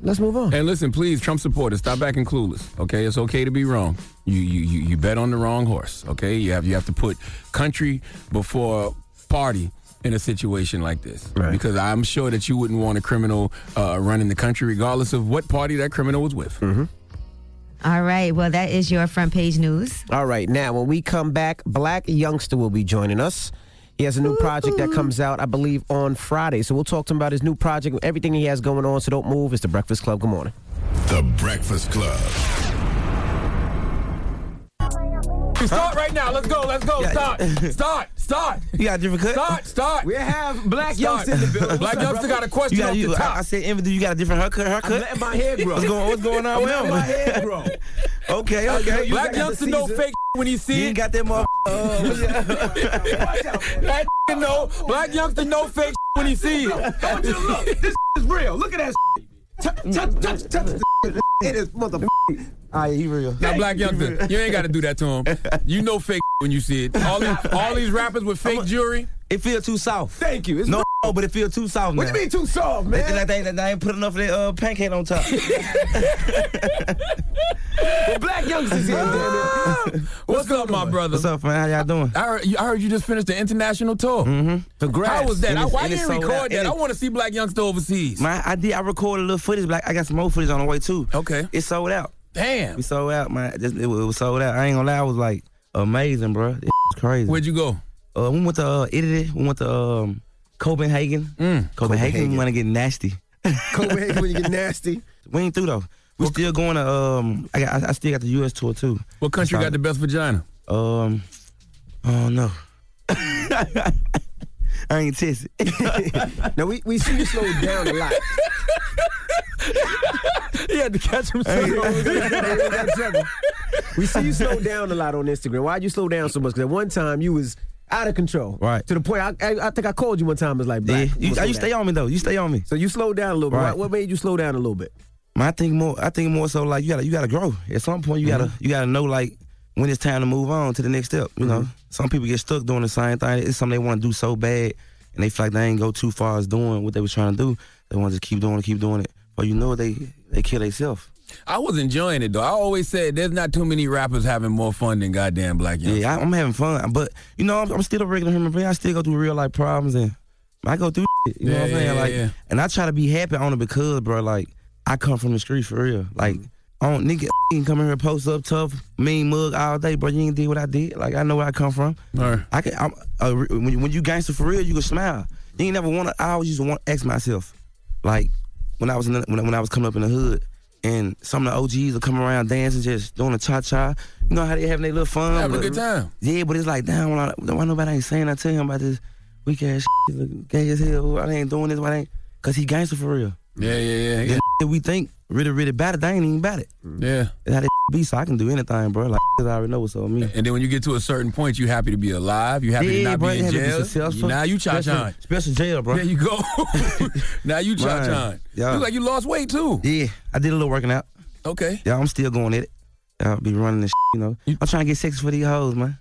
C: let's move on.
E: And listen, please, Trump supporters, stop acting clueless. Okay, it's okay to be wrong. You you you, you bet on the wrong horse. Okay, you have you have to put country before party in a situation like this because I'm sure that you wouldn't want a criminal uh, running the country, regardless of what party that criminal was with. Mm-hmm.
D: All right, well, that is your front page news.
C: All right, now when we come back, Black Youngster will be joining us. He has a new project that comes out, I believe, on Friday. So we'll talk to him about his new project, everything he has going on. So don't move. It's the Breakfast Club. Good morning.
A: The Breakfast Club.
E: Start right now. Let's go. Let's go. Start. <laughs> Start. Start.
R: You got a different cut?
P: <laughs>
E: Start. Start.
R: We have
E: Black Start. Youngster in the building. Black What's up, Youngster brother? got a question
R: you
E: off the
R: you- I-
E: top.
R: I, said, Envy, do you got a different haircut? haircut?
E: I'm letting my hair grow.
R: What's going, what's going on
E: I'm
R: with
E: letting
R: him?
E: my hair <laughs> grow.
R: okay,
E: Black
R: okay.
E: youngster no fake when he see
R: you ain't got that mother.
E: Black no. Black youngster no fake when he see it.
R: Don't you look. This is real. Look at that. Touch, touch, touch, touch. It is mother. All right, he real.
E: Now, Black <laughs> Youngster, you ain't got to do that to him. You know fake <laughs> when you see it. All these, all these rappers with fake jewelry.
R: It feel too soft.
E: Thank you.
R: no, but it feel too soft.
E: What
R: now.
E: you mean too soft, man?
R: They, they, they, they ain't put enough of that uh, pancake on <laughs> top.
E: well, Black Youngster's here.
P: <laughs>
E: <laughs> <laughs> What's, up, my brother? What's
R: up, man? How y'all doing?
E: I heard you, I heard you just finished the international tour. Mm-hmm.
R: Congrats.
E: How was that?
R: And
E: I,
R: it's-
E: why
R: and it's
E: didn't
R: sold out.
E: record that?
R: And
E: I
R: it-
E: want to see Black Youngster overseas.
R: My, I did. I recorded a little footage. Black, I got some more footage on the way too. Okay, it sold out.
E: Damn,
R: we sold out. Man, This- it, was- it was sold out. I ain't gonna lie, I was like amazing, bro. It's crazy.
E: Where'd you go?
R: Uh, we went to uh, Italy. We went to um,
P: Copenhagen.
E: Mm.
P: Copenhagen.
C: Copenhagen.
P: when I get nasty.
C: <laughs> Copenhagen when you get nasty.
P: We ain't through though. We still going to. Um, I got. I, I still got the U.S. tour too.
E: What country got the best vagina?
P: Um, oh no. <laughs> I ain't tested.
C: <laughs> now we we see you slow down a lot.
E: he had to catch
C: himself. we see you slow down a lot on Instagram. Why'd you slow down so much? Because at one time you was out of control. Right. To the point, I, I, I think I called you one time. It's like, Black,
P: You, you stay on me though. You stay on me.
C: So you slow down a little bit. What- What made you slow down a little bit?
P: Man, I think more. I think more so like you gotta you gotta grow. At some point, you
C: Mm-hmm.
P: gotta you gotta know like when it's time to move on to the next step. You
C: Mm-hmm.
P: know, some people get stuck doing the same thing. It's something they want to do so bad, and they feel like they ain't go too far as doing what they was trying to do. They want to just keep doing it, keep doing it. But you know, they they kill themselves.
E: I was enjoying it though. I always said there's not too many rappers having more fun than goddamn black youngsters.
P: Yeah, I, I'm having fun, but you know, I'm, I'm still a regular human being. I still go through real life problems, and I go through. Shit, you know what I'm
E: Yeah,
P: saying?
E: yeah,
P: like,
E: yeah.
P: and I try to be happy on it because, bro, like I come from the streets for real. Like, I don't nigga <laughs> can come in here post up tough, mean mug all day, bro. You ain't did what I did. Like, I know where I come from. I can. I'm, uh, re- when, you- when you gangster for real, you can smile. You ain't never want. to I always used to want to ask myself, like, when I was in the, when, I- when I was coming up in the hood. And some of the OGs will come around dancing, just doing a cha cha. You know how they having their little fun.
E: Having a
P: but-
E: good time.
P: Yeah, but it's like, damn, why, why nobody ain't saying I tell him about this weak ass shit, look gay as hell. Why they ain't doing this? Why they ain't? Because he gangster for real.
E: Yeah, yeah, yeah.
P: <laughs> The shit we think really, really bad it, they ain't even bad it.
E: Yeah.
P: That's how this shit be, so I can do anything, bro. Like, 'cause I already know what's on me.
E: And then when you get to a certain point, you happy to be alive. You happy
P: yeah,
E: to not
P: bro,
E: be in
P: happy to
E: jail.
P: successful.
E: now you cha
P: Special-
E: cha.
P: Special jail, bro.
E: There you go. <laughs> now you cha cha.
P: Mine. Yeah.
E: Look like you lost weight too.
P: Yeah, I did a little working out.
E: Okay.
P: Yeah, I'm still going at it. I'll be running this, shit, you know. I'm trying to get six for these hoes, man.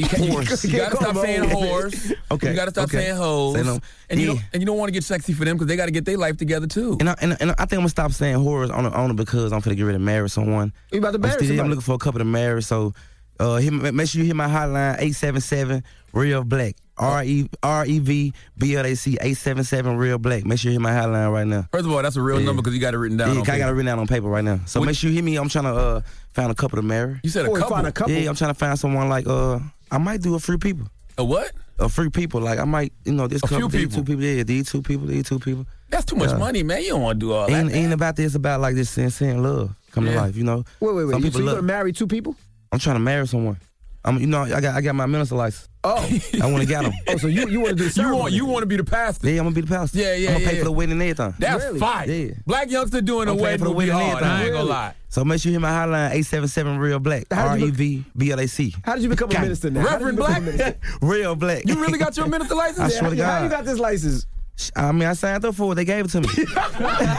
P: <laughs>
E: you, can't, you,
P: Whores.
E: you gotta stop saying whores.
P: <laughs> Okay,
E: You gotta stop
P: okay.
E: saying hoes.
P: Say no.
E: And you
P: Yeah.
E: don't and you don't want to get sexy for them because they gotta get their life together too.
P: And I, and, I, and I think I'm gonna stop saying horrors on it- on it because I'm finna get ready to marry someone.
C: You about to marry
P: I'm, still-
C: somebody.
P: I'm looking for a couple to marry, so uh, hit, my- make sure you hit my hotline eight seven seven real black R E R E V B L A C eight seven seven real black. Make sure you hit my hotline right now.
E: First of all, that's a real
P: Yeah.
E: number because you got it written down.
P: yeah,
E: on
P: I got
E: paper.
P: it written down on paper right now. So make sure you hit me. I'm trying to uh, find a couple to marry.
E: You said a Oh, you couple? find a couple?
P: Yeah, I'm trying to find someone like uh, I might do a few people.
E: A what?
P: A few people. Like I might, you know, this
E: A few
P: couple, these
E: people.
P: two people. Yeah, these two people, these two people.
E: That's too much
P: Yeah.
E: money, man. You don't want to do all that.
P: Ain't, ain't about this. About like this sincere love come to
E: Yeah.
P: life. You know.
C: Wait, wait, wait.
P: Some
C: You, so
P: people
C: you
P: love-
C: gonna marry two people?
P: I'm trying to marry someone. I'm, you know, I got I got my minister license.
C: Oh,
P: I want to get him.
C: <laughs> Oh, so you you want to do
E: You want you want to be the pastor.
P: Yeah, I'm gonna be the pastor.
E: Yeah, yeah,
P: I'm gonna
E: yeah.
P: pay for the wedding and everything.
E: That's fire.
P: Yeah.
E: Black youngster doing
P: I'm
E: a
P: paying
E: wedding
P: for the
E: will be
P: wedding and
E: hard.
P: everything.
E: I ain't gonna lie.
P: So make sure you hit my hotline eight seven seven real black R
E: did you
P: E V B L A C.
C: How did you become a minister now? How did you
E: Reverend
C: become a
E: Black?
C: minister?
P: <laughs> real black?
E: You really got your minister
P: <laughs>
E: license?
P: I
E: Yeah,
P: swear to
E: how
P: God.
E: you got
C: this license?
P: I mean, I signed up for it. They gave it to me.
C: <laughs>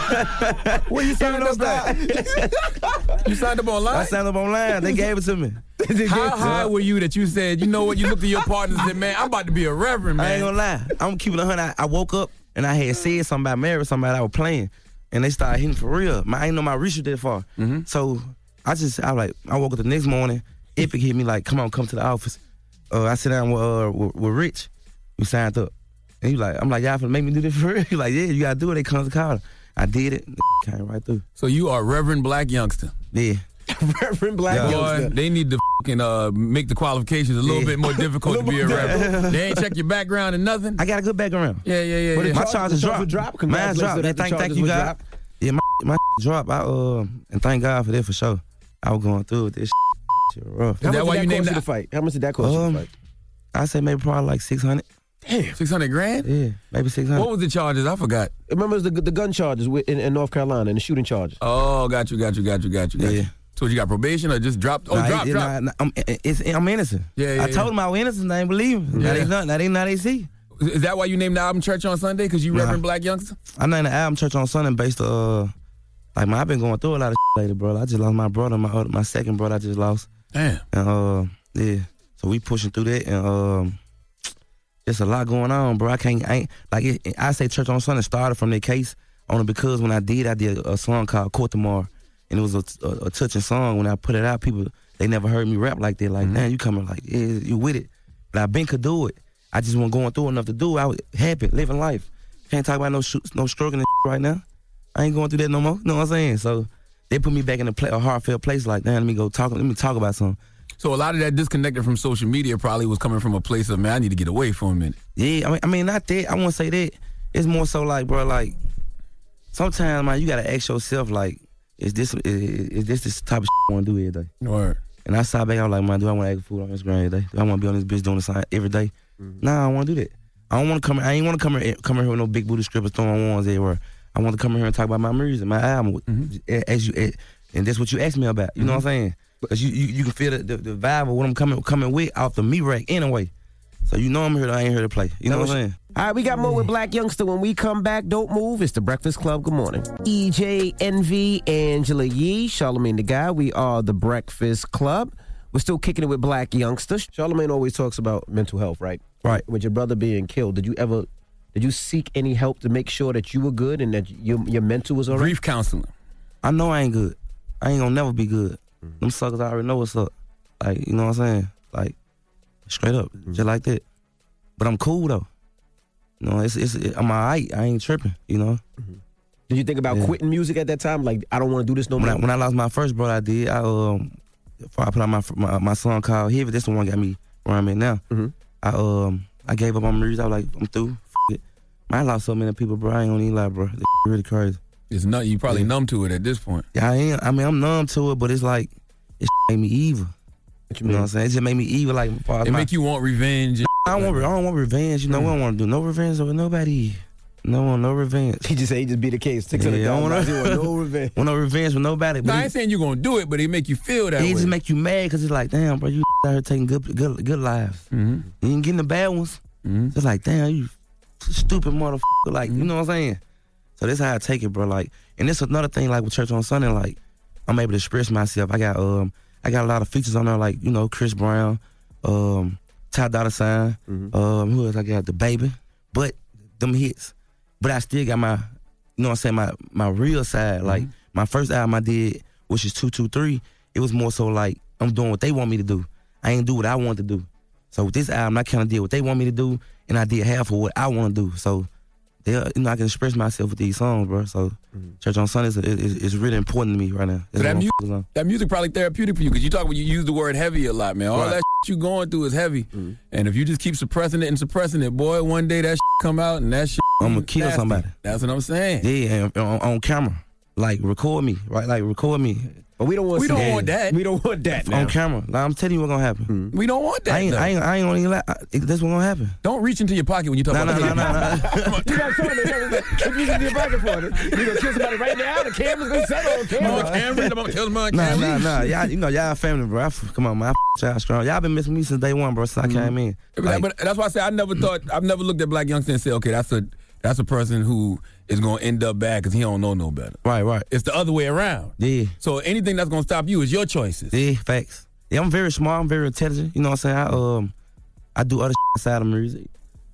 E: Where you signed up at? you signed up online?
P: I signed up online. They gave it to me. <laughs>
E: <laughs> How high were you that you said, you know what, you looked at your partner and said, man, I'm about to be a reverend, man.
P: I ain't gonna lie. I'm keeping a hundred. I, I woke up and I had said something about marrying somebody I was playing, and they started hitting for real. My, I ain't know my reach was that far.
E: Mm-hmm.
P: So I just, I like, I woke up the next morning. Epic hit me like, "Come on, come to the office." Uh, I sit down with, uh, with, with Rich. We signed up, and he like, "I'm like, y'all finna make me do this for real?" <laughs> He like, "Yeah, you gotta do it." They comes to call. I did it. <laughs> Came right through.
E: So you are Reverend Black Youngster.
P: Yeah.
C: <laughs> Reverend Black
E: Boy,
C: youngster.
E: they need to fucking uh, make the qualifications a little bit
P: <laughs>
E: more difficult to be a reverend. they ain't check your background and nothing.
P: I got a good background.
E: Yeah, yeah, yeah. yeah.
P: My charges dropped. Mine's dropped. They thank, thank you, God. Yeah, my, my <laughs> dropped. I, uh, and thank God for that for sure. I was going through with this. <laughs> Shit rough.
C: How much did that cost you to fight? How much did that cost you
P: Um,
C: to fight?
P: I say maybe probably like six hundred.
E: Damn, six hundred grand.
P: Yeah, maybe six hundred.
E: What was the charges? I forgot.
C: Remember it was the the gun charges with- in, in North Carolina and the shooting charges.
E: Oh, got you, got you, got you, got you, got you. So you got probation or just dropped? Oh,
P: Nah,
E: drop,
P: it- it-
E: drop.
P: nah, nah, I'm, it- it's, I'm innocent.
E: Yeah, yeah,
P: I
E: yeah.
P: told them I was innocent. They ain't believe me. Now they
E: Yeah.
P: not. Now they now they see.
E: Is that why you named the album Church on Sunday? Because you
P: Nah.
E: Reverend Black Youngster?
P: I named the album Church on Sunday based on uh, like man, I've been going through a lot of shit lately, bro. I just lost my brother, my other- my second brother. I just lost.
E: Damn.
P: And uh, yeah, so we pushing through that, and um, there's a lot going on, bro. I can't, I ain't, like it, I say, Church on Sunday started from that case only because when I did, I did a song called Court Tomorrow, and it was a, a, a touching song. When I put it out, people they never heard me rap like that. Like, man, you coming like, yeah, you with it? But I been could do it. I just wasn't going through enough to do. it. I was happy, living life. Can't talk about no shoots, no struggling and right now. I ain't going through that no more. You know what I'm saying? So they put me back in a, pla a heartfelt place. Like, damn, let me go talk. Let me talk about something.
E: So a lot of that disconnected from social media probably was coming from a place of man, I need to get away for a minute.
P: Yeah, I mean, I mean, not that. I won't say that. It's more so like, bro, like sometimes, man, you gotta ask yourself, like, is this is, is this the type of shit I want to do every day?
E: Word.
P: And I sat back, I was like, man, do I want to act a fool on Instagram every day? Do I want to be on this bitch doing the sign every day?
C: Mm-hmm.
P: Nah, I don't want to do that. I don't want to come. I ain't want to come here, come here with no big booty strippers throwing ones everywhere. I want to come here and talk about my music, my album,
C: Mm-hmm.
P: as you, eh, and that's what you asked me about. You know what I'm saying? Because you, you, you can feel the, the, the vibe of what I'm coming coming with off the me rack anyway. So you know I'm here. I ain't here to play. You know what I'm saying?
C: All right, we got more with Black Youngster. When we come back, don't move. It's the Breakfast Club. Good morning. E EJ Envy, Angela Yee, Charlemagne the Guy. We are the Breakfast Club. We're still kicking it with Black Youngster. Charlemagne always talks about mental health, right? Right. With your brother being killed, did you ever did you seek any help to make sure that you were good and that your your mental was all right?
E: Grief counseling.
P: I know I ain't good. I ain't gonna never be good.
C: Mm-hmm.
P: Them suckers, I already know what's up. Like, you know what I'm saying? Like, straight up,
C: Mm-hmm.
P: just like that. But I'm cool though. You know, it's it's I'm alright. I ain't tripping. You know.
C: Mm-hmm. Did you think about quitting music at that time? Like, I don't want to do this no
P: when
C: more.
P: I, when I lost my first brother, I did. I um, before I put out my my, my song called "Heavy," that's the one got me where I'm at now.
C: Mm-hmm.
P: I um, I gave up on music. I was like, I'm through. F- it. Man, I lost so many people, bro. I ain't gonna even lie, bro. This really crazy.
E: It's not you probably
P: Yeah.
E: numb to it at this point.
P: Yeah, I am. I mean, I'm numb to it, but it's like it <laughs> made me evil.
C: What
P: you, know what I'm saying? It just made me evil. Like as far as
E: It
P: my-
E: make you want revenge. And
P: I don't want. re- I don't want revenge. You know, I don't want to do no revenge over nobody. No one, no revenge.
C: He just said he just beat the case.
P: Six
E: $600
P: yeah, I
E: he want no <laughs>
P: revenge. <laughs> Want no revenge with nobody.
E: No,
P: but
E: I
P: he-
E: ain't saying you're gonna do it, but it make you feel that
P: It
E: way.
P: just make you mad because it's like, damn, bro, you <laughs> out here taking good, good, good lives.
E: Mhm.
P: You ain't getting the bad ones.
E: Mm-hmm.
P: It's like, damn, you stupid motherfucker. Like, you know what I'm saying? So this how I take it, bro. Like, and this another thing, like with church on Sunday, like I'm able to express myself. I got um, I got a lot of features on there, like you know, Chris Brown, um, Ty Dolla Sign,
E: Mm-hmm.
P: um, who else I got? The Baby, but them hits. But I still got my, you know, what I'm saying my my real side. Like
E: Mm-hmm.
P: my first album I did, which is two two three. It was more so like I'm doing what they want me to do. I ain't do what I want to do. So with this album, I kind of did what they want me to do, and I did half of what I want to do. So, they, you know, I can express myself with these songs, bro. So, Church on Sundays is, is, is really important to me right now. That's
E: So Mm-hmm. that
P: what I'm
E: music,
P: focused on.
E: that music probably therapeutic for you because you talk you use the word heavy a lot, man. All
P: Right. Mm-hmm.
E: that shit you going through is heavy, and if you just keep suppressing it and suppressing it, boy, one day that shit come out and that shit.
P: I'm gonna kill
E: nasty.
P: somebody.
E: That's what I'm saying.
P: Yeah, and on, on camera, like record me, right? Like record me.
C: But we don't want.
E: We don't want that. We
C: don't want that
P: on camera. Like I'm telling you, what's gonna happen.
E: We don't want that.
P: I ain't.
E: though.
P: I ain't. I ain't gonna even lie. I, that's what's gonna happen.
E: Don't reach into your pocket when you talk
P: Nah,
E: about
P: nah,
E: that.
P: nah,
E: <laughs>
P: nah, nah.
C: you got something that you in your pocket for it. You gonna kill somebody right now? The camera's gonna settle on
E: camera. On camera, I'm gonna kill him on
P: Nah,
E: camera.
P: nah, nah. Y'all, you know, y'all family, bro. I f- come on, man. I f- y'all strong. Y'all been missing me since day one, bro. Since
E: Mm-hmm.
P: I came in.
E: But, that- but that's why I say I never
P: Mm-hmm.
E: thought I've never looked at Black Youngster and said, okay, that's a that's a person who is gonna end up bad because he don't know no better.
P: Right, right.
E: It's the other way around.
P: Yeah.
E: So anything that's gonna stop you is your choices.
P: Yeah, facts. Yeah, I'm very smart. I'm very intelligent. You know what I'm saying? I um, I do other <laughs> outside of music.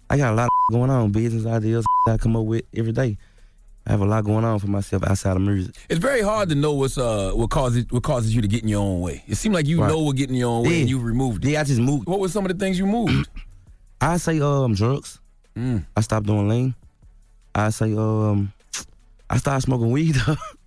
P: I got a lot of <laughs> going on, business ideas <laughs> I come up with every day. I have a lot going on for myself outside of music.
E: It's very hard to know what's uh what causes what causes you to get in your own way. It seemed like you
P: Right.
E: know what getting your own way
P: Yeah.
E: and you removed it.
P: Yeah, I just moved.
E: What were some of the things you moved?
P: <clears throat>
E: Mm.
P: I say um drugs. I stopped doing lean. I say um, I started smoking weed. <laughs>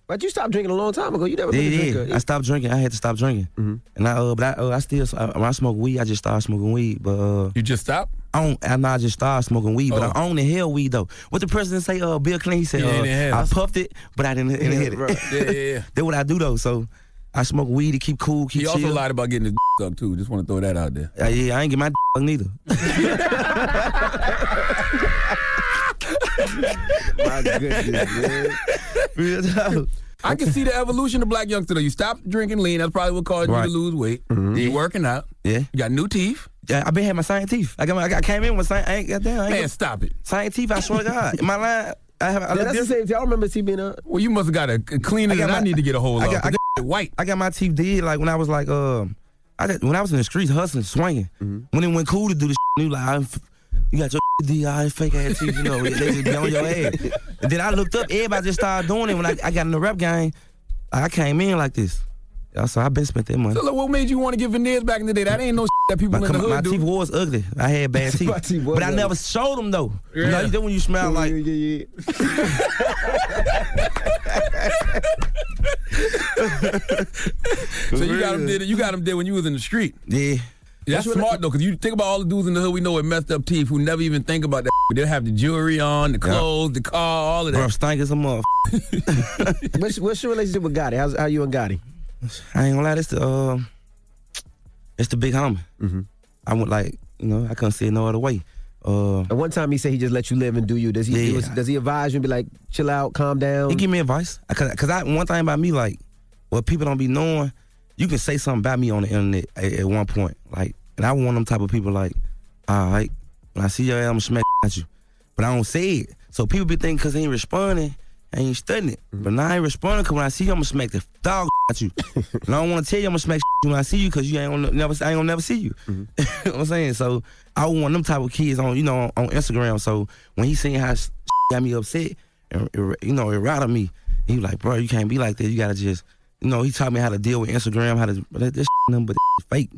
C: But you stopped drinking a long time ago. You never
P: yeah,
C: been a
P: yeah.
C: drinker.
P: er I stopped drinking. I had to stop drinking.
E: Mm-hmm.
P: And I uh, but I uh, I still I, when I smoke weed, I just started smoking weed. But uh,
E: you just stopped.
P: I don't. I, know I just started smoking weed, but
E: Oh.
P: I own the hell weed though. What the president say? Uh, Bill Clinton he said,
E: Yeah, he
P: uh,
E: didn't have
P: I
E: it.
P: puffed it, but I didn't, didn't <laughs>
E: Yeah,
P: hit it.
E: right. <laughs> Yeah, yeah, yeah.
P: <laughs> That's what I do though. So I smoke weed to keep cool, keep
E: He also
P: chill.
E: lied about getting his <laughs> up too. Just want to throw that out there.
P: Uh, yeah, I ain't get my d- neither.
C: My goodness, man.
E: <laughs>
P: Real talk.
E: I can see the evolution of black youngster though. You stopped drinking lean. That's probably what caused
P: Right. Mm-hmm.
E: you to lose weight. You working out.
P: Yeah.
E: You got new teeth.
P: Yeah, I been had my science teeth. I got my, I got- I came in with science. I ain't, goddamn, I ain't
E: Man,
P: got-
E: stop it.
P: Science teeth. I swear to God, my line. I have. I
C: Yeah,
P: look
C: that's the
P: different.
C: same. thing. I remember seeing uh, being a.
E: Well, you must have got a
P: <laughs>
E: cleaner than I need to get a hold
P: I
E: of.
P: got, I
E: 'cause
P: got-
E: white.
P: I got my teeth did like when I was like um, I got, when I was in the streets hustling, swinging.
E: Mm-hmm.
P: When it went cool to do this, shit, you like I'm, f- you got your <laughs> D I fake ass teeth, you know, they just be on your ass. And then I looked up, everybody just started doing it. When I, I got in the rap game, I came in like this. Yeah, So I been spent that money.
E: So look, what made you want to get veneers back in the day? That ain't no that people
P: My,
E: in the
P: come on,
E: hood
P: my
E: do.
P: teeth was ugly. I had bad teeth,
E: <laughs> My teeth was
P: but I
E: ugly.
P: never showed them though. You
E: Yeah.
P: know, you do when you smile like.
E: So you got him did it. You got him did when you was in the street.
P: Yeah.
E: That's,
P: That's what
E: smart though, because you think about all the dudes in the hood we know with messed up teeth who never even think about that. They have the jewelry on, the clothes, the car, all of that.
P: Bro, <laughs> stank as a mother.
C: <laughs> what's, what's your relationship with Gotti? How's, how you and Gotti?
P: I ain't gonna lie, this the uh, it's the big homie.
C: Mm-hmm.
P: I went like, you know, I couldn't see it no other way. Uh,
C: At one time, he said he just let you live and do you. Does he?
P: Yeah.
C: do- does he advise you and be like, chill out, calm down?
P: He give me advice. I, cause, Cause I one thing about me, like what people don't be knowing, you can say something about me on the internet at, at one point, like, and I want them type of people, like, all right, when I see your ass, I'm smack at you, but I don't say it. So people be thinking cause I ain't responding, I ain't studying it. But now I ain't responding cause when I see you, I'm gonna smack the dog <laughs> at you, and I don't want to tell you I'm gonna smack <laughs> when I see you cause you ain't gonna never, I ain't gonna never see you. <laughs> you know what I'm saying? So I want them type of kids on, you know, on, Instagram. So when he seen how s- <laughs> got me upset, and it- you know, it rattled me. He was like, bro, you can't be like that. You gotta just, you know, he taught me how to deal with Instagram, how to, but that, <laughs> this nothing but fake.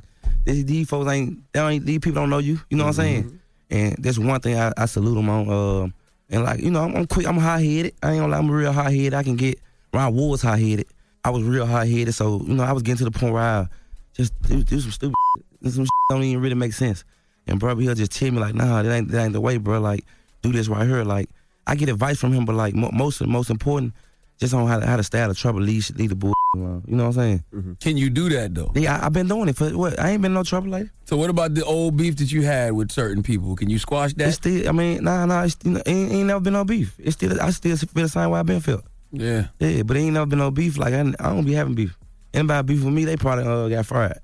P: This, these folks ain't, they ain't, these people don't know you. You know what I'm saying? And that's one thing I, I salute them on. Um, and like, you know, I'm, I'm quick, I'm high headed. I ain't gonna lie, I'm real high headed. I can get, Ron Ward's high headed. I was real high headed. So, you know, I was getting to the point where I just do, do some stupid shit. Do some shit don't even really make sense. And bro, he'll just tell me like, nah, that ain't that ain't the way, bro. Like, do this right here. Like, I get advice from him, but like mo- most most important, just on how to, how to stay out of trouble, leave sh- leave the bull <laughs> alone. You know what I'm saying?
E: Mm-hmm. Can you do that though?
P: Yeah, I've been doing it for what? I ain't been in no trouble like.
E: So what about the old beef that you had with certain people? Can you squash that?
P: It's still, I mean, nah, nah, it's, you know, ain't, ain't never been no beef. It's still, I still feel the same way I've been felt.
E: yeah.
P: Yeah, but ain't never been no beef. Like I, I don't be having beef. Anybody beef with me, they probably uh, got fired.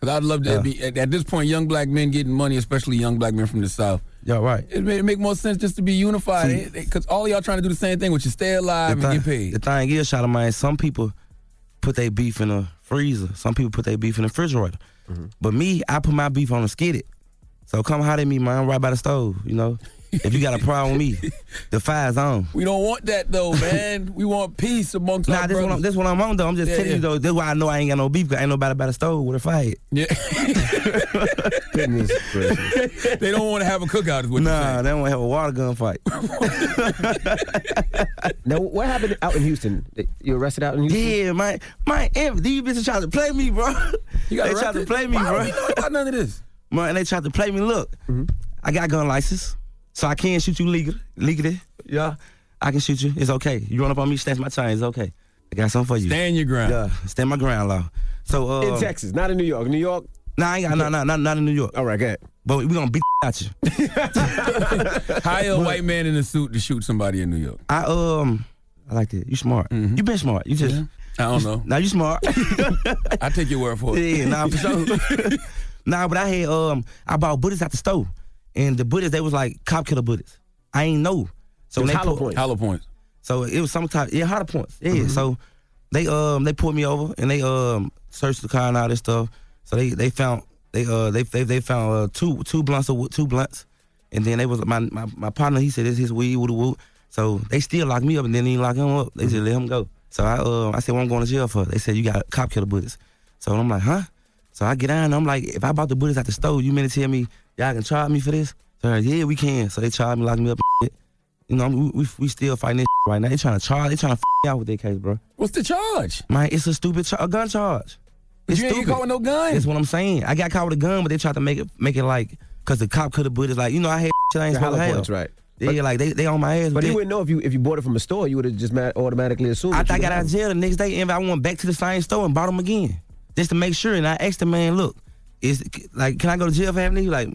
E: Because I'd love to
P: Yeah.
E: be at, at this point, young black men getting money, especially young black men from the south.
P: Yeah, right.
E: It make, it make more sense just to be unified because all y'all trying to do the same thing, which is stay alive
P: the
E: and get
P: thing-
E: paid.
P: The thing is, shot of mine, some people put their beef in a freezer. Some people put their beef in the refrigerator.
C: Mm-hmm.
P: But me, I put my beef on a skillet. So come holler at me, man. I'm right by the stove, you know? If you got a problem with
E: <laughs>
P: me, the fire's on.
E: We don't want that though, man. we want peace
P: <laughs>
E: amongst
P: Nah,
E: our
P: this
E: brothers.
P: what, I'm, this what I'm on, though. I'm just
E: Yeah,
P: telling
E: yeah.
P: you, though. This why I know I ain't got no beef, 'cause ain't nobody by the stove with a fire.
E: Yeah. <laughs>
P: Goodness
E: they don't want to have a cookout. Is what you're
P: Nah, they don't want to have a water gun
E: <laughs>
P: fight.
C: now, what happened out
P: <laughs>
C: in Houston? You arrested out in Houston?
P: Yeah, my my em- these bitches tried to play me, bro.
C: You got
P: they tried to
C: arrested?
P: play me,
C: Why
P: bro.
C: don't we know
E: about none
P: <laughs>
E: of this.
P: Man, they tried to play me. Look,
C: Mm-hmm.
P: I got gun license, so I can shoot you legal, legally. Yeah, I can shoot you. It's okay. You run up on me, snatch my chain. It's okay. I got something for you.
E: Stand your ground.
P: Yeah, stand my ground, law. So uh,
C: In Texas, not in New York. New York.
P: Nah, I ain't got, nah, nah, nah, not in New York.
C: All right, go ahead.
P: But we gonna beat at you.
E: saying. Hire a white man in a suit to shoot somebody in New York.
P: I um, I like that. You smart.
C: Mm-hmm.
P: You been smart. You just.
E: I don't know.
P: Now you smart.
C: <laughs>
E: I take your word for
P: <laughs>
E: it.
P: Yeah, nah, for
E: <laughs>
P: sure. nah, but I had um, I bought Buddhists at the store, and the Buddhists they was like cop killer Buddhists. I ain't know. So
E: It
P: when
E: was
P: they
E: hollow
P: pull-
E: points. Hollow points.
P: So it was some type, yeah, hollow points. Yeah. So they um, they pulled me over and they um, searched the car and all this stuff. So they they found they uh they they, they found uh, two two blunts of wo- two blunts, and then they was my my, my partner he said this his weed woo woo. So they still locked me up and then they lock him up. They just let him go. So I uh, I said what I'm going to jail for. They said you got cop killer Buddhists. So I'm like huh. So I get down and I'm like, if I bought the Buddhists at the store, you mean to tell me y'all can charge me for this? So they're like, yeah, we can. So they charged me, locked me up. And shit. You know, we, we, we still fighting this right now. They trying to charge, they trying to f- out with their case, bro.
E: What's the charge?
P: Man, it's a stupid char- a gun charge. It's
E: you ain't
P: stupid.
E: caught with no gun.
P: That's what I'm saying. I got caught with a gun, but they tried to make it make it like, cause the cop could have put it like, you know, I had shit I ain't
C: The hollow
P: supposed to have.
C: points, right?
P: Yeah, like they, they on my ass.
C: But
P: with
C: he
P: that.
C: wouldn't know if you if you bought it from a store, you would have just ma- automatically assumed.
P: After I got out of jail the next day, and I went back to the same store and bought them again, just to make sure. And I asked the man, "Look, is like, can I go to jail for having these?" He like,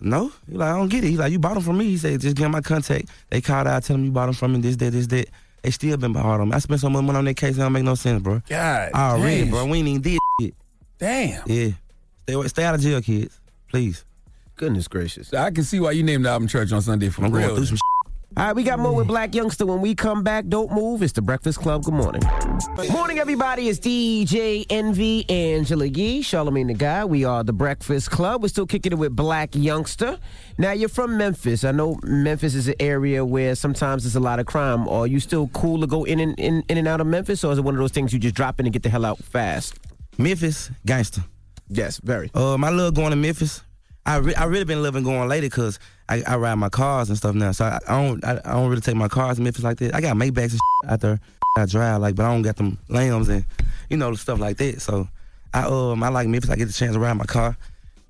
P: "No." He like, "I don't get it." He like, "You bought them from me." He said, "Just give him my contact." They called out, tell him you bought them from me. This, that, this, that. They still been behind them. I spent so much money on that case. It don't make no sense, bro.
E: God,
P: already,
E: damn.
P: bro. We ain't even did shit.
E: Damn.
P: Yeah. Stay, stay out of jail, kids. Please.
C: Goodness gracious.
E: I can see why you named the album Church on Sunday
P: <laughs>
E: for
P: I'm
E: real.
P: going through some
C: All right, we got more with Black Youngster. When we come back, don't move. It's the Breakfast Club. Good morning. Morning, everybody. It's DJ NV, Angela Yee, Charlemagne the Guy. We are the Breakfast Club. We're still kicking it with Black Youngster. Now, you're from Memphis. I know Memphis is an area where sometimes there's a lot of crime. Are you still cool to go in and, in, in and out of Memphis, or is it one of those things you just drop in and get the hell out fast?
P: Memphis, gangster.
C: Yes, very.
P: Um, I love going to Memphis. I, re- I really been loving going later because I, I ride my cars and stuff now. So I, I don't I, I don't really take my cars to Memphis like this. I got Maybachs and shit out there. I drive like, but I don't got them lambs and you know stuff like that. So I um I like Memphis. I get the chance to ride my car.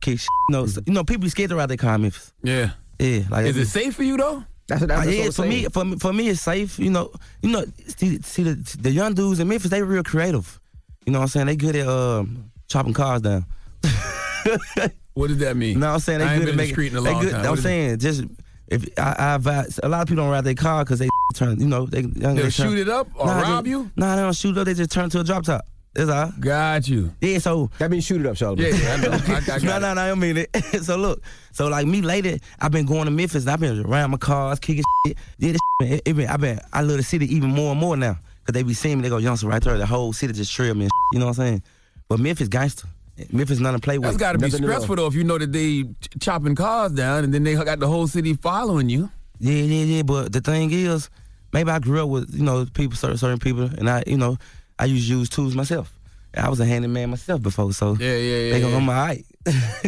P: Kick shit, you know, so- you know people be scared to ride their car in Memphis.
E: Mm. Yeah.
P: Yeah, like
E: Is it safe for you though?
P: That's
E: what- that's what
P: yeah,
E: I'm
P: for me,
E: saying.
P: for me, for me, it's safe. You know, you know. See, see the, the young dudes in Memphis, they real creative. You know what I'm saying? They good at um, chopping cars down.
E: <laughs> what does that mean?
P: No, I'm saying they
E: I ain't
P: good
E: been
P: at making.
E: in the street in a
P: they
E: long
P: good,
E: time.
P: I'm
E: What is it?
P: saying just if I, I advise- a lot of people don't ride their car because they turn. You know, they
E: They'll
P: they turn-
E: shoot it up or
P: Nah,
E: rob
P: they,
E: you?
P: Nah, they don't shoot it up. They just turn to a drop top. That's all.
E: Got you.
P: Yeah, so
C: that means shoot it up, Charlotte.
E: Yeah,
P: <laughs>
E: yeah, I know. I- I got
P: no,
E: it.
P: no, no, I don't mean it. <laughs> so look, so like me later, I've been going to Memphis and I've been around my cars, kicking <laughs> shit. Yeah, this shit, been- it, it been, I been, I love the city even more and more now. Cause they be seeing me, they go Johnson right there. The whole city just trail me. And <laughs> shit, you know what I'm saying? But Memphis gangster, Memphis nothing to play with.
E: That's got to be stressful though if you know that they ch- chopping cars down and then they got the whole city following you.
P: Yeah, yeah, yeah. But the thing is, maybe I grew up with you know people, certain certain people, and I you know I used to use tools myself. I was a handyman myself before, so
E: yeah, yeah,
P: They go,
C: yeah.
P: I'm all <laughs> right.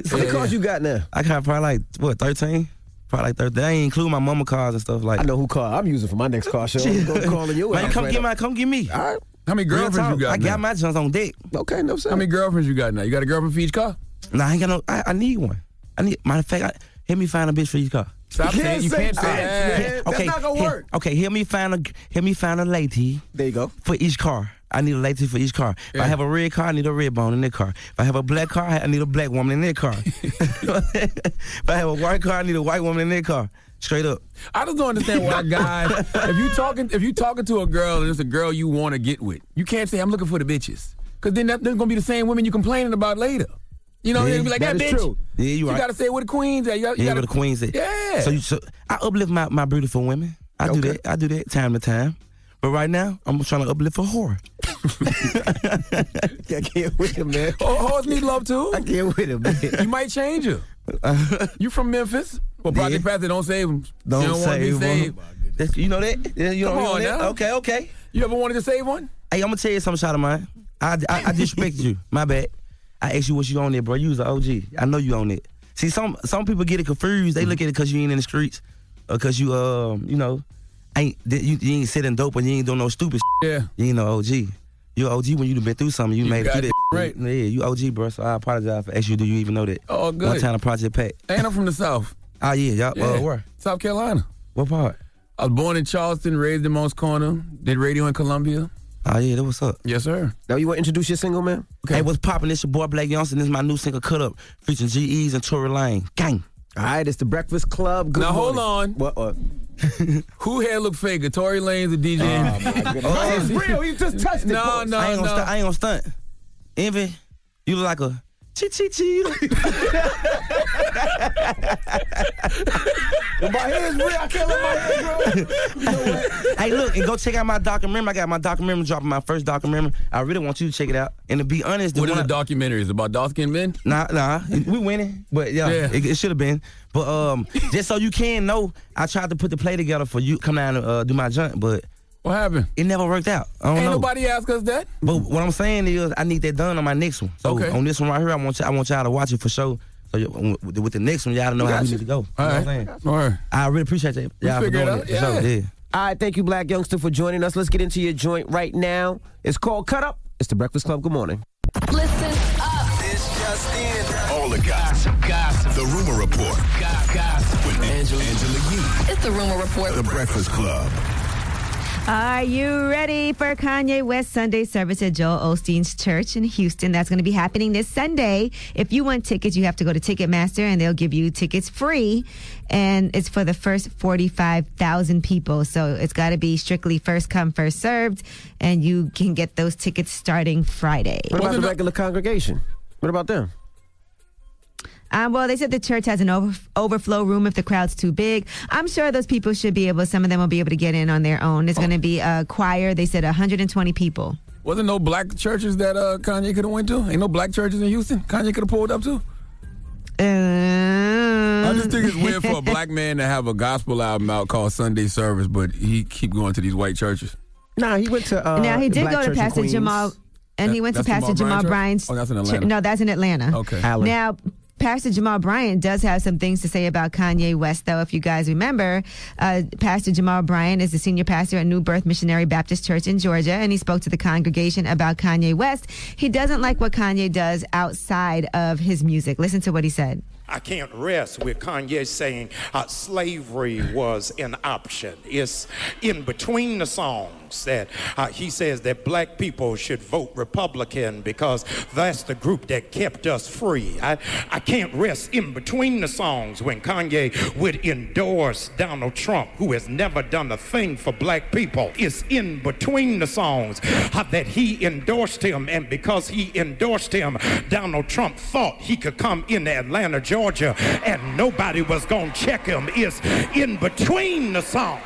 C: How many cars you got now?
P: I got probably like what thirteen. Probably like 13. They ain't include my mama cars and stuff like. I know
C: who car I'm using for my next
P: <laughs>
E: <laughs>
C: car show.
P: Man,
C: I'm gonna call in your ass
P: come
C: right
P: get
C: up.
P: my, come get me.
C: All right.
E: How many
P: Real talk.
E: girlfriends you got
P: I
E: now?
P: got my jumps on dick.
C: Okay, no sense.
E: How many girlfriends you got now? You got a girlfriend for each car?
P: Nah, I ain't got no. I, I need one. I need. Matter of fact, I, help me find a bitch for each car.
E: Stop You saying- you can't can't say say that, that. man. That's not gonna
P: he-
E: work.
P: okay, help me find a help me find a lady.
C: There you go.
P: For each car, I need a lady for each car. If I have a red car, I need a red bone in their car. If I have a black car, I need a black woman in their car. if I have a white car, I need a white woman in their car. Straight up.
E: I just don't understand
P: <laughs>
E: why guys. if you talking, if you talking to a girl and it's a girl you want to get with, you can't say I'm looking for the bitches, because then that, they're gonna be the same women you complaining about later. You know,
P: Yeah,
E: they'll be like that,
P: that is
E: bitch.
P: true. Yeah, you right.
E: gotta say where the queens at. You gotta, you
P: yeah,
E: gotta-
P: with the queens. at.
E: Yeah. <laughs>
P: So you so I uplift my, my beautiful women. I do that. I do that time to time. But right now, I'm trying to uplift a
E: <laughs>
P: whore.
C: I can't with him,
P: <laughs>
C: man.
E: Oh, hoes need love too. I
C: can't with him, man.
E: You might
P: <laughs>
E: change her. you from Memphis? Well, Project Path, they don't save them.
P: Don't
E: you don't want to
P: save
E: be
P: 'em.
E: saved.
P: That's- you know that? Yeah, you
E: Come
P: don't- you
E: on
P: know that?
E: now.
P: Okay, okay.
E: You ever wanted to save one?
P: Hey, I'm gonna tell you something, shot of mine. I I, I disrespected you. My bad. I asked you what you on there, bro. You was an OG. I know you on it. See, some some people get it confused. They look at it because you ain't in the streets, or because you um you know ain't that you, you ain't sitting dope and you ain't doing no stupid.
E: Yeah.
P: You ain't no OG. You OG when you done been through something. You, made it
E: got
P: through that. Right. Yeah, you OG, bro. So I apologize for asking you. Do you even know that?
E: Oh, good.
P: One time a project pack.
E: And I'm from the South.
P: Oh yeah, y'all.
E: Yeah.
P: Uh, where?
E: South Carolina.
P: What part?
E: I was born in Charleston, raised in Moss Corner, did radio in Columbia.
P: Oh yeah, that what's up.
E: Yes, sir.
C: Now you want to introduce your single, man?
P: Hey, what's poppin'? This your boy Blake Johnson. This is my new single, Cut Up, featuring GEs and Tory Lane. Gang.
C: All right, it's the Breakfast Club. Good
E: now hold
C: morning.
E: on.
P: <laughs>
C: What? what?
E: Who hair look faker? Tory Lanez or DJ?
P: Oh,
E: <laughs>
C: It's real. You just touched it.
E: No,
C: Pause.
E: no,
P: I ain't gonna
E: no.
P: stunt. I ain't gonna stunt. Envy, you look like a chee chee chee.
C: my hair is real. I can't let my hair grow.
P: hey, look, and go check out my documentary. I got my documentary dropping, my first documentary. I really want you to check it out. And to be honest, the
E: What is
P: one
E: the documentary? Is it about dark skinned men?
P: Nah, nah, we winning, but yeah,
E: Yeah.
P: it, it should have been. But um, just so you can know, I tried to put the play together for you come down and uh, do my jump, but
E: what happened?
P: It never worked out. I don't
E: Ain't
P: know.
E: nobody ask us that.
P: But what I'm saying is, I need that done on my next one. So
E: Okay.
P: on this one right here, I want y- I want y'all to watch it for sure. So y- with with the next one, y'all to know
C: We
P: how
C: got
P: we
C: you.
P: need to go. You
C: All
P: know
C: right.
P: what I'm saying?
E: All right.
P: I really appreciate that. Y'all for
C: figure it
P: doing
C: out.
P: it. For sure,
C: Yeah.
P: yeah.
C: All right, thank you, Black Youngster, for joining us. Let's get into your joint right now. It's called Cut Up. It's the Breakfast Club. Good morning.
A: Listen up. This just in. All the gossip. Gossip. The rumor report. Gossip. With Angela, Angela Yee.
D: It's the rumor report.
A: The Breakfast Club.
D: Are you ready for Kanye West Sunday service at Joel Osteen's church in Houston? That's going to be happening this Sunday. If you want tickets, you have to go to Ticketmaster and they'll give you tickets free. And it's for the first 45,000 people. So it's got to be strictly first come, first served. And you can get those tickets starting Friday.
C: What about the regular congregation? What about them?
D: Um, well, they said the church has an over- overflow room if the crowd's too big. I'm sure those people should be able. Some of them will be able to get in on their own.
C: Oh.
D: It's going to be a choir. They said 120 people.
E: Wasn't no black churches that uh, Kanye could have went to? Ain't no black churches in Houston. Kanye could have pulled up to.
P: Uh,
E: I just think it's
P: <laughs>
E: weird for a black man to have a gospel album out called Sunday Service, but he keep going to these white churches.
C: Nah, he went to. Uh,
D: now he did
C: Black
D: go to
C: Church in
D: Pastor
C: Queens.
D: Jamal, and
C: That-
D: he went to
C: that's
D: Pastor Jamal,
C: Jamal Bryan
D: Bryan's.
C: Church? Oh, that's in
D: ch-
C: Atlanta.
D: no, that's in Atlanta.
C: Okay. Allen.
D: Now. Pastor Jamal Bryant does have some things to say about Kanye West, though. If you guys remember, uh, Pastor Jamal Bryant is the senior pastor at New Birth Missionary Baptist Church in Georgia, and he spoke to the congregation about Kanye West. He doesn't like what Kanye does outside of his music. Listen to what he said.
S: I can't rest with Kanye saying uh, slavery was an option. It's in between the songs that uh, he says that black people should vote Republican because that's the group that kept us free. I, I can't rest in between the songs when Kanye would endorse Donald Trump, who has never done a thing for black people. It's in between the songs uh, that he endorsed him, and because he endorsed him, Donald Trump thought he could come into Atlanta, Georgia, and nobody was going to check him. It's in between the songs.